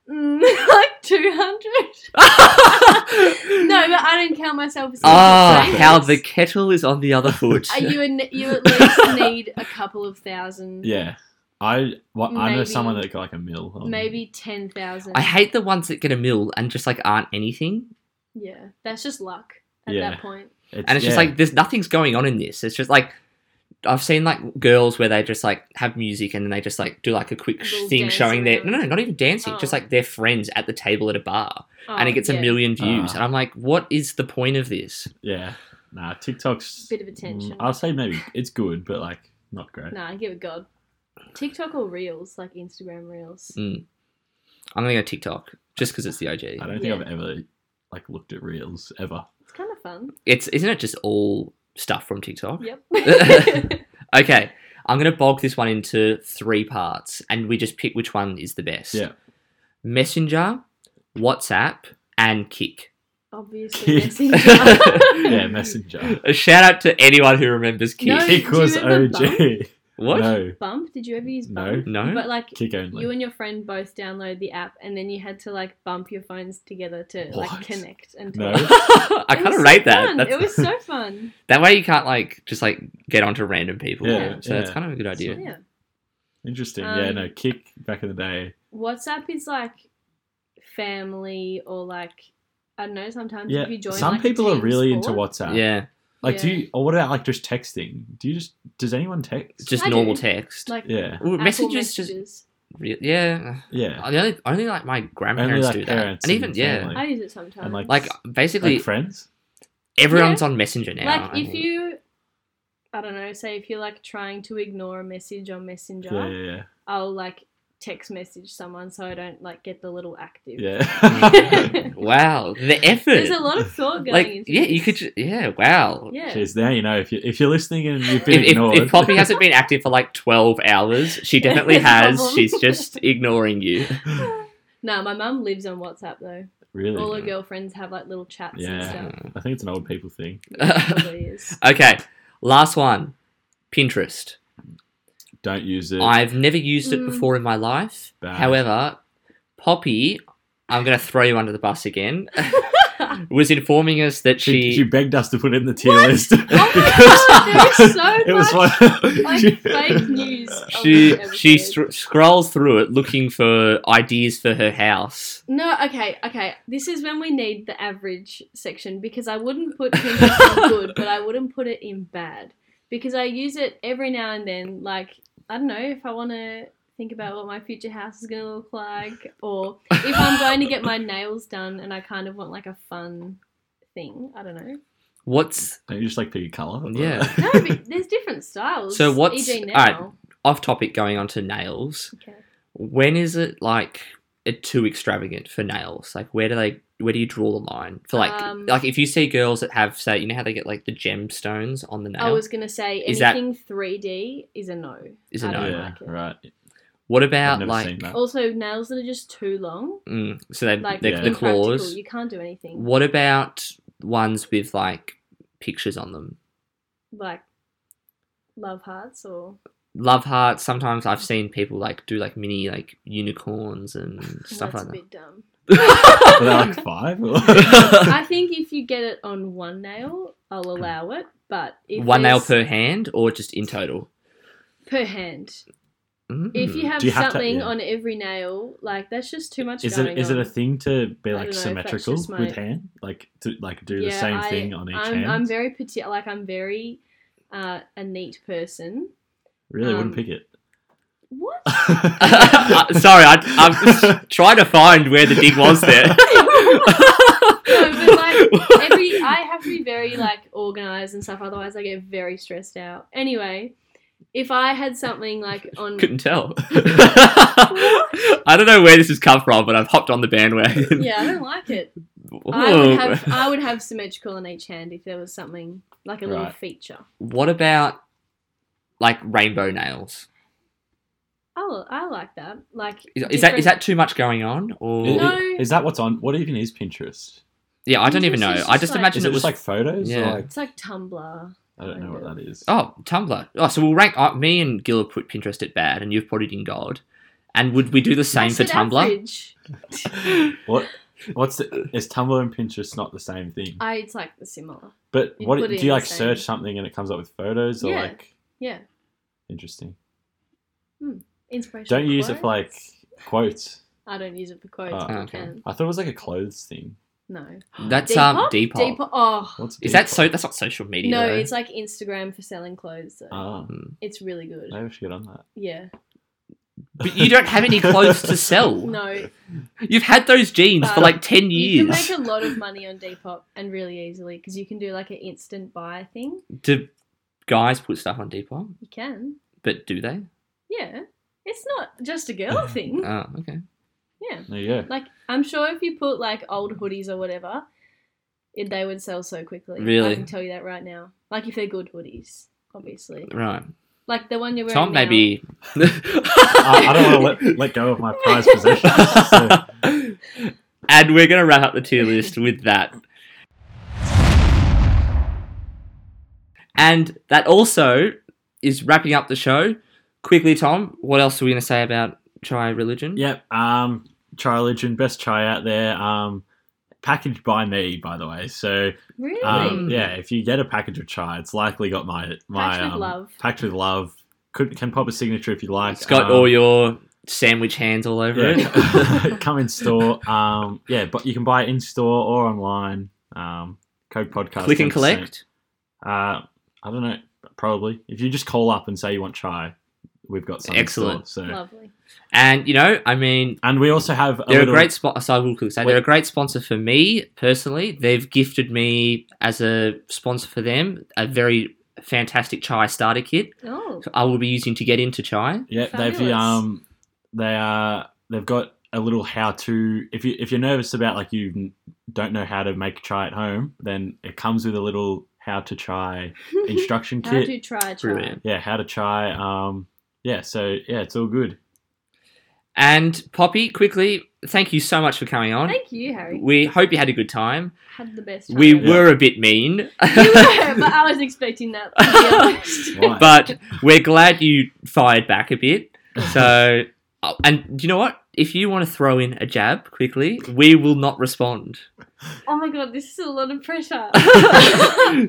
[SPEAKER 4] Mm, like two hundred. No, but I don't count myself as. TikTok
[SPEAKER 2] Ah,
[SPEAKER 4] famous.
[SPEAKER 2] how the kettle is on the other foot.
[SPEAKER 4] Uh, you an- you at least need a couple of thousand.
[SPEAKER 3] Yeah. I well, I know
[SPEAKER 4] Maybe-
[SPEAKER 3] someone that got like a mill. on-
[SPEAKER 4] Maybe ten thousand.
[SPEAKER 2] I hate the ones that get a mill and just like aren't anything.
[SPEAKER 4] Yeah, that's just luck at
[SPEAKER 3] Yeah.
[SPEAKER 4] that point.
[SPEAKER 2] And it's just
[SPEAKER 3] yeah.
[SPEAKER 2] like there's nothing's going on in this. It's just like I've seen like girls where they just like have music and then they just like do like a quick sh-
[SPEAKER 4] Little
[SPEAKER 2] thing
[SPEAKER 4] dance
[SPEAKER 2] showing their no
[SPEAKER 4] around.
[SPEAKER 2] no not even dancing just
[SPEAKER 4] Oh.
[SPEAKER 2] like their friends at the table at a bar and
[SPEAKER 4] Oh,
[SPEAKER 2] it gets
[SPEAKER 4] yeah.
[SPEAKER 2] a million views
[SPEAKER 3] Ah.
[SPEAKER 2] and I'm like what is the point of this?
[SPEAKER 3] Yeah. Nah, TikTok's.
[SPEAKER 4] Bit of attention.
[SPEAKER 3] Mm, I'll say maybe it's good, but like not great.
[SPEAKER 4] Nah, give it God. TikTok or Reels, like Instagram Reels.
[SPEAKER 2] Mm. I'm gonna go TikTok just because it's the OG.
[SPEAKER 3] I don't think
[SPEAKER 4] Yeah.
[SPEAKER 3] I've ever like looked at reels ever.
[SPEAKER 4] It's kind of fun.
[SPEAKER 2] It's isn't it just all stuff from TikTok?
[SPEAKER 4] Yep.
[SPEAKER 2] Okay, I'm going to bulk this one into three parts and we just pick which one is the best.
[SPEAKER 3] Yeah.
[SPEAKER 2] Messenger, WhatsApp, and Kick.
[SPEAKER 4] Obviously, Messenger.
[SPEAKER 3] Yeah, messenger.
[SPEAKER 2] A shout out to anyone who remembers Kick.
[SPEAKER 4] No.
[SPEAKER 3] Kick
[SPEAKER 4] do you
[SPEAKER 3] was
[SPEAKER 4] remember
[SPEAKER 3] OG.
[SPEAKER 2] What?
[SPEAKER 3] No,
[SPEAKER 4] Bump? Did you ever use
[SPEAKER 3] No.
[SPEAKER 4] Bump?
[SPEAKER 2] No?
[SPEAKER 4] But like
[SPEAKER 3] kick
[SPEAKER 4] you
[SPEAKER 3] only.
[SPEAKER 4] and your friend both download the app, and then you had to like bump your phones together to
[SPEAKER 3] What?
[SPEAKER 4] like connect and
[SPEAKER 3] No.
[SPEAKER 4] talk.
[SPEAKER 2] I
[SPEAKER 4] It
[SPEAKER 2] kind
[SPEAKER 4] was
[SPEAKER 2] of
[SPEAKER 4] so
[SPEAKER 2] rate that.
[SPEAKER 4] fun.
[SPEAKER 2] That's-
[SPEAKER 4] It was so fun.
[SPEAKER 2] that way you can't like just like get onto random people.
[SPEAKER 3] Yeah,
[SPEAKER 2] so that's
[SPEAKER 3] yeah.
[SPEAKER 2] kind of a good idea.
[SPEAKER 4] Yeah.
[SPEAKER 3] Interesting. yeah,
[SPEAKER 4] Um,
[SPEAKER 3] no, kick back in the day.
[SPEAKER 4] WhatsApp is like family or like I don't know. Sometimes
[SPEAKER 3] Yeah,
[SPEAKER 4] if um, you join,
[SPEAKER 3] some
[SPEAKER 4] like, a
[SPEAKER 3] people are
[SPEAKER 4] team
[SPEAKER 3] really into
[SPEAKER 4] sport-
[SPEAKER 3] WhatsApp.
[SPEAKER 2] Yeah,
[SPEAKER 3] Like, do
[SPEAKER 4] Yeah.
[SPEAKER 3] you, or what about like just texting? Do you just, does anyone text?
[SPEAKER 2] just
[SPEAKER 4] I
[SPEAKER 2] normal
[SPEAKER 4] do.
[SPEAKER 2] text.
[SPEAKER 4] like
[SPEAKER 3] yeah.
[SPEAKER 2] Ooh,
[SPEAKER 4] Apple
[SPEAKER 2] messengers just
[SPEAKER 4] messages.
[SPEAKER 2] Re- yeah.
[SPEAKER 3] Yeah.
[SPEAKER 2] The only, only like my grandparents
[SPEAKER 3] like,
[SPEAKER 2] do that,
[SPEAKER 3] parents
[SPEAKER 2] and
[SPEAKER 3] and
[SPEAKER 2] even yeah,
[SPEAKER 3] family.
[SPEAKER 4] I use it sometimes.
[SPEAKER 3] And, like,
[SPEAKER 2] like basically
[SPEAKER 3] Like friends.
[SPEAKER 2] everyone's on Messenger now.
[SPEAKER 4] like
[SPEAKER 2] I
[SPEAKER 4] if
[SPEAKER 2] mean.
[SPEAKER 4] you i don't know say if you're like trying to ignore a message on messenger
[SPEAKER 3] Yeah, yeah,
[SPEAKER 4] i'll like text message someone so i don't like get the little active
[SPEAKER 3] yeah. yeah.
[SPEAKER 4] Mm.
[SPEAKER 2] wow, the effort.
[SPEAKER 4] there's a lot of thought going
[SPEAKER 2] like
[SPEAKER 4] into
[SPEAKER 2] yeah,
[SPEAKER 4] this.
[SPEAKER 2] you could ju- yeah, wow.
[SPEAKER 4] yeah
[SPEAKER 3] Jeez, now you know if you if you're listening and you've been
[SPEAKER 2] If,
[SPEAKER 3] ignored.
[SPEAKER 2] if, if Poppy hasn't been active for like 12 hours, she definitely
[SPEAKER 4] There's a
[SPEAKER 2] has.
[SPEAKER 4] problem.
[SPEAKER 2] She's just ignoring you.
[SPEAKER 4] no my mum lives on whatsapp though
[SPEAKER 3] really,
[SPEAKER 4] all her girlfriends have like little chats and
[SPEAKER 3] Yeah.
[SPEAKER 4] stuff
[SPEAKER 3] I think it's an old people thing.
[SPEAKER 4] Yeah, it probably is.
[SPEAKER 2] Okay, last one Pinterest.
[SPEAKER 3] Don't use it.
[SPEAKER 2] I've never used it
[SPEAKER 4] Mm.
[SPEAKER 2] before in my life.
[SPEAKER 3] Bad.
[SPEAKER 2] However, Poppy, I'm going to throw you under the bus again, was informing us that
[SPEAKER 3] she,
[SPEAKER 2] she.
[SPEAKER 3] she begged us to put it in the tier list.
[SPEAKER 4] oh my god there is so
[SPEAKER 3] it was
[SPEAKER 4] much
[SPEAKER 3] one.
[SPEAKER 4] like fake news on
[SPEAKER 2] she
[SPEAKER 4] this
[SPEAKER 2] she
[SPEAKER 4] episode.
[SPEAKER 2] str- scrolls through it looking for ideas for her house.
[SPEAKER 4] No, okay, okay. This is when we need the average section because I wouldn't put Pinterest in good, but I wouldn't put it in bad because I use it every now and then. Like I don't know if I want to think about what my future house is going to look like, or if I'm going to get my nails done and I kind of want like a fun thing. I don't know.
[SPEAKER 2] What's
[SPEAKER 3] Don't you just like pick a color?
[SPEAKER 2] Yeah.
[SPEAKER 4] No, but there's different styles.
[SPEAKER 2] So what's-
[SPEAKER 4] e.g. now?
[SPEAKER 2] alright. off topic going on to nails?
[SPEAKER 4] Okay.
[SPEAKER 2] When is it like it too extravagant for nails? Like where do they where do you draw the line for like
[SPEAKER 4] Um,
[SPEAKER 2] like if you see girls that have say you know how they get like the gemstones on the nail?
[SPEAKER 4] I was going to say
[SPEAKER 2] Is that-
[SPEAKER 4] anything 3D is a no.
[SPEAKER 2] Is a
[SPEAKER 4] I
[SPEAKER 2] no.
[SPEAKER 4] don't
[SPEAKER 3] yeah,
[SPEAKER 4] like it.
[SPEAKER 3] right.
[SPEAKER 2] what
[SPEAKER 3] I've
[SPEAKER 2] about
[SPEAKER 3] never
[SPEAKER 2] like
[SPEAKER 3] seen that.
[SPEAKER 4] Also, nails that are just too long.
[SPEAKER 2] mm, so they
[SPEAKER 4] like
[SPEAKER 2] the,
[SPEAKER 3] Yeah.
[SPEAKER 2] the
[SPEAKER 4] impractical.
[SPEAKER 2] claws?
[SPEAKER 4] You can't do anything.
[SPEAKER 2] What about ones with like pictures on them?
[SPEAKER 4] Like love hearts or
[SPEAKER 2] Love hearts. Sometimes I've seen people like do like mini like unicorns and stuff like
[SPEAKER 4] that's a
[SPEAKER 2] that.
[SPEAKER 4] bit dumb.
[SPEAKER 3] Were there like five? Or?
[SPEAKER 4] I think if you get it on one nail, I'll allow it. But if
[SPEAKER 2] One nail
[SPEAKER 4] there's-
[SPEAKER 2] per hand or just in total?
[SPEAKER 4] per hand.
[SPEAKER 2] Mm.
[SPEAKER 4] If you have
[SPEAKER 3] Hmm. Do you have to-
[SPEAKER 4] something
[SPEAKER 3] yeah.
[SPEAKER 4] on every nail, like that's just too much.
[SPEAKER 3] is
[SPEAKER 4] going
[SPEAKER 3] it is it a
[SPEAKER 4] on.
[SPEAKER 3] thing to be like
[SPEAKER 4] I don't know if that's
[SPEAKER 3] symmetrical
[SPEAKER 4] just my-
[SPEAKER 3] with hand? Like to like do the
[SPEAKER 4] Yeah,
[SPEAKER 3] same
[SPEAKER 4] I-
[SPEAKER 3] thing on each
[SPEAKER 4] I'm,
[SPEAKER 3] hand?
[SPEAKER 4] I'm very particular. Like I'm very uh, a neat person.
[SPEAKER 3] really wouldn't
[SPEAKER 4] um,
[SPEAKER 3] pick it.
[SPEAKER 4] What?
[SPEAKER 2] Uh, Sorry, I, I'm just trying to find where the dig was there.
[SPEAKER 4] No, but like every, I have to be very like organized and stuff. Otherwise, I get very stressed out. Anyway, if I had something like on,
[SPEAKER 2] Couldn't tell. I don't know where this has come from, but I've hopped on the bandwagon.
[SPEAKER 4] yeah, I don't like it. I
[SPEAKER 2] Whoa.
[SPEAKER 4] would have, I would have symmetrical in each hand if there was something like a little
[SPEAKER 3] Right.
[SPEAKER 4] feature.
[SPEAKER 2] What about like rainbow nails?
[SPEAKER 4] Oh, I like that. Like
[SPEAKER 2] Is, is that is that
[SPEAKER 4] different-
[SPEAKER 2] too much going on? Or
[SPEAKER 3] Is-
[SPEAKER 4] No.
[SPEAKER 3] Is that what's on? What even is Pinterest?
[SPEAKER 2] yeah, I don't even
[SPEAKER 4] Pinterest
[SPEAKER 2] know.
[SPEAKER 4] is
[SPEAKER 2] I
[SPEAKER 4] just
[SPEAKER 2] just
[SPEAKER 4] like-
[SPEAKER 2] imagine
[SPEAKER 3] Is
[SPEAKER 2] it,
[SPEAKER 3] it
[SPEAKER 2] was
[SPEAKER 3] just like photos?
[SPEAKER 2] yeah.
[SPEAKER 3] Or like,
[SPEAKER 4] It's like Tumblr.
[SPEAKER 3] I don't know what that is.
[SPEAKER 2] oh Tumblr. Oh, so we'll rank uh, me and Gil have put Pinterest at bad, and you've put it in gold. And would we do the same
[SPEAKER 4] I
[SPEAKER 2] for
[SPEAKER 4] said
[SPEAKER 2] Tumblr?
[SPEAKER 4] average. Oh.
[SPEAKER 3] What? What's the, is Tumblr and Pinterest not the same thing?
[SPEAKER 4] I it's like the similar.
[SPEAKER 3] But
[SPEAKER 4] You
[SPEAKER 3] what
[SPEAKER 4] put
[SPEAKER 3] do
[SPEAKER 4] it
[SPEAKER 3] you
[SPEAKER 4] in
[SPEAKER 3] like
[SPEAKER 4] the same.
[SPEAKER 3] search something and it comes up with photos or
[SPEAKER 4] Yeah.
[SPEAKER 3] like
[SPEAKER 4] Yeah,
[SPEAKER 3] interesting?
[SPEAKER 4] inspiration.
[SPEAKER 3] Don't you use it for like quotes.
[SPEAKER 4] I don't use it for quotes.
[SPEAKER 3] Oh,
[SPEAKER 4] but I
[SPEAKER 2] okay.
[SPEAKER 4] can.
[SPEAKER 3] I thought it was like a clothes thing.
[SPEAKER 4] No.
[SPEAKER 2] That's um Depop.
[SPEAKER 4] Depop. Oh.
[SPEAKER 3] What's
[SPEAKER 2] Is that
[SPEAKER 3] Depop?
[SPEAKER 2] so? That's not social media.
[SPEAKER 4] No,
[SPEAKER 2] though. Um,
[SPEAKER 4] it's like Instagram for selling clothes. Though.
[SPEAKER 2] Oh.
[SPEAKER 3] Ah,
[SPEAKER 4] it's really good.
[SPEAKER 3] maybe we should get on that.
[SPEAKER 4] Yeah.
[SPEAKER 2] But you don't have any clothes to sell.
[SPEAKER 4] No.
[SPEAKER 2] You've had those jeans for
[SPEAKER 4] Um,
[SPEAKER 2] like 10
[SPEAKER 4] You can
[SPEAKER 2] years.
[SPEAKER 4] make a lot of money on Depop and really easily because you can do like an instant buy thing.
[SPEAKER 2] Do guys put stuff on Depop?
[SPEAKER 4] You can.
[SPEAKER 2] But do they?
[SPEAKER 4] Yeah. It's not just a girl thing.
[SPEAKER 2] Oh, okay.
[SPEAKER 4] Yeah.
[SPEAKER 3] There you go.
[SPEAKER 4] Like I'm sure if you put like old hoodies or whatever, it, they would sell so quickly.
[SPEAKER 2] Really?
[SPEAKER 4] I can tell you that right now. Like if they're good hoodies, obviously.
[SPEAKER 2] Right.
[SPEAKER 4] Like the one you're wearing.
[SPEAKER 2] Tom,
[SPEAKER 4] now.
[SPEAKER 2] maybe.
[SPEAKER 3] Ah, I, I don't want to let, let go of my prized possessions. so-
[SPEAKER 2] and we're going to wrap up the tier list with that. And that also is wrapping up the show. Quickly, Tom, what else are we going to say about Chai religion?
[SPEAKER 3] Yep. Um, Chai Religion, best chai out there. Um, packaged by me, by the way. So,
[SPEAKER 4] Really?
[SPEAKER 3] um,
[SPEAKER 2] Really?
[SPEAKER 3] yeah, if you get a package of chai, it's likely got my my
[SPEAKER 4] Packed with
[SPEAKER 3] um,
[SPEAKER 4] love.
[SPEAKER 3] Packed with love. Could can pop a signature if you like.
[SPEAKER 2] It's got
[SPEAKER 3] Um,
[SPEAKER 2] all your sandwich hands all over it.
[SPEAKER 3] yeah. come in store. Um, yeah, but you can buy it in store or online. Um, code podcast.
[SPEAKER 2] Click and
[SPEAKER 3] 10%.
[SPEAKER 2] collect.
[SPEAKER 3] Uh, I don't know. Probably if you just call up and say you want chai, we've got some in store,
[SPEAKER 2] Excellent.
[SPEAKER 3] so
[SPEAKER 4] Lovely.
[SPEAKER 2] And you know, I mean,
[SPEAKER 3] and we also have a
[SPEAKER 2] they're
[SPEAKER 3] little
[SPEAKER 2] a great sponsor. So I will quickly say
[SPEAKER 3] Wait.
[SPEAKER 2] they're a great sponsor for me personally. They've gifted me as a sponsor for them a very fantastic chai starter kit.
[SPEAKER 4] Oh,
[SPEAKER 2] I will be using to get into chai.
[SPEAKER 3] Yeah, they've
[SPEAKER 4] Fabulous.
[SPEAKER 3] um, they are they've got a little how to. If you if you're nervous about like you n- don't know how to make chai at home, then it comes with a little how to chai instruction
[SPEAKER 4] how
[SPEAKER 3] kit.
[SPEAKER 4] to try try.
[SPEAKER 2] Brilliant.
[SPEAKER 3] yeah, how to chai. Um, yeah, so yeah, it's all good.
[SPEAKER 2] And Poppy, quickly, thank you so much for coming on.
[SPEAKER 4] Thank you, Harry.
[SPEAKER 2] We hope you had a good time.
[SPEAKER 4] Had the best. time
[SPEAKER 2] We
[SPEAKER 4] ever.
[SPEAKER 2] were a bit mean,
[SPEAKER 4] You were, but I was expecting that. To be honest.
[SPEAKER 3] Right.
[SPEAKER 2] but we're glad you fired back a bit. So, oh, and you know what? If you want to throw in a jab quickly, we will not respond.
[SPEAKER 4] oh my god, this is a lot of pressure.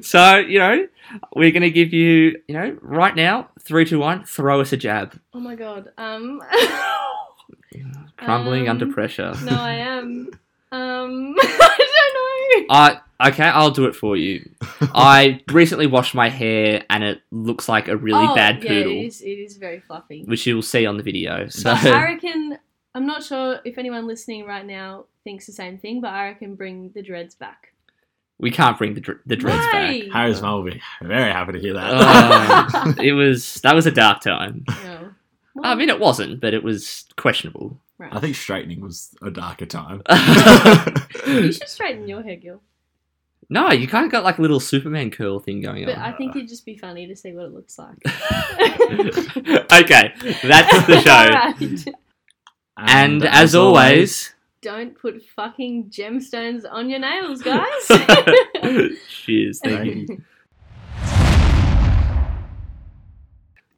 [SPEAKER 2] so, you know, we're going to give you, you know, right now, three, two, one, throw us a jab.
[SPEAKER 4] oh my god. Um.
[SPEAKER 2] Crumbling under
[SPEAKER 4] Um,
[SPEAKER 2] pressure.
[SPEAKER 4] No, I am. Um. I don't know.
[SPEAKER 2] I okay, I'll do it for you. I recently washed my hair and it looks like a really
[SPEAKER 4] Oh,
[SPEAKER 2] bad
[SPEAKER 4] yeah,
[SPEAKER 2] poodle,
[SPEAKER 4] It is, it is very fluffy.
[SPEAKER 2] which you'll see on the video. So
[SPEAKER 4] But I reckon I'm not sure if anyone listening right now thinks the same thing, but I reckon bring the dreads back.
[SPEAKER 2] we can't bring the, dr- the dreads
[SPEAKER 4] Why?
[SPEAKER 3] Harry's mum will be very happy to hear that.
[SPEAKER 2] Oh. back. It was that was a dark time.
[SPEAKER 4] No.
[SPEAKER 2] I mean, it wasn't, but it was questionable.
[SPEAKER 4] Right.
[SPEAKER 3] I think straightening was a darker time.
[SPEAKER 4] you should straighten your hair, Gil.
[SPEAKER 2] No, you kind of got like a little Superman curl thing going
[SPEAKER 4] But
[SPEAKER 2] on.
[SPEAKER 4] I think it'd just be funny to see what it looks like.
[SPEAKER 2] okay, that's the show.
[SPEAKER 4] Alright.
[SPEAKER 2] And as, always,
[SPEAKER 4] Don't put fucking gemstones on your nails, guys.
[SPEAKER 2] cheers. Thank you.
[SPEAKER 3] thank you.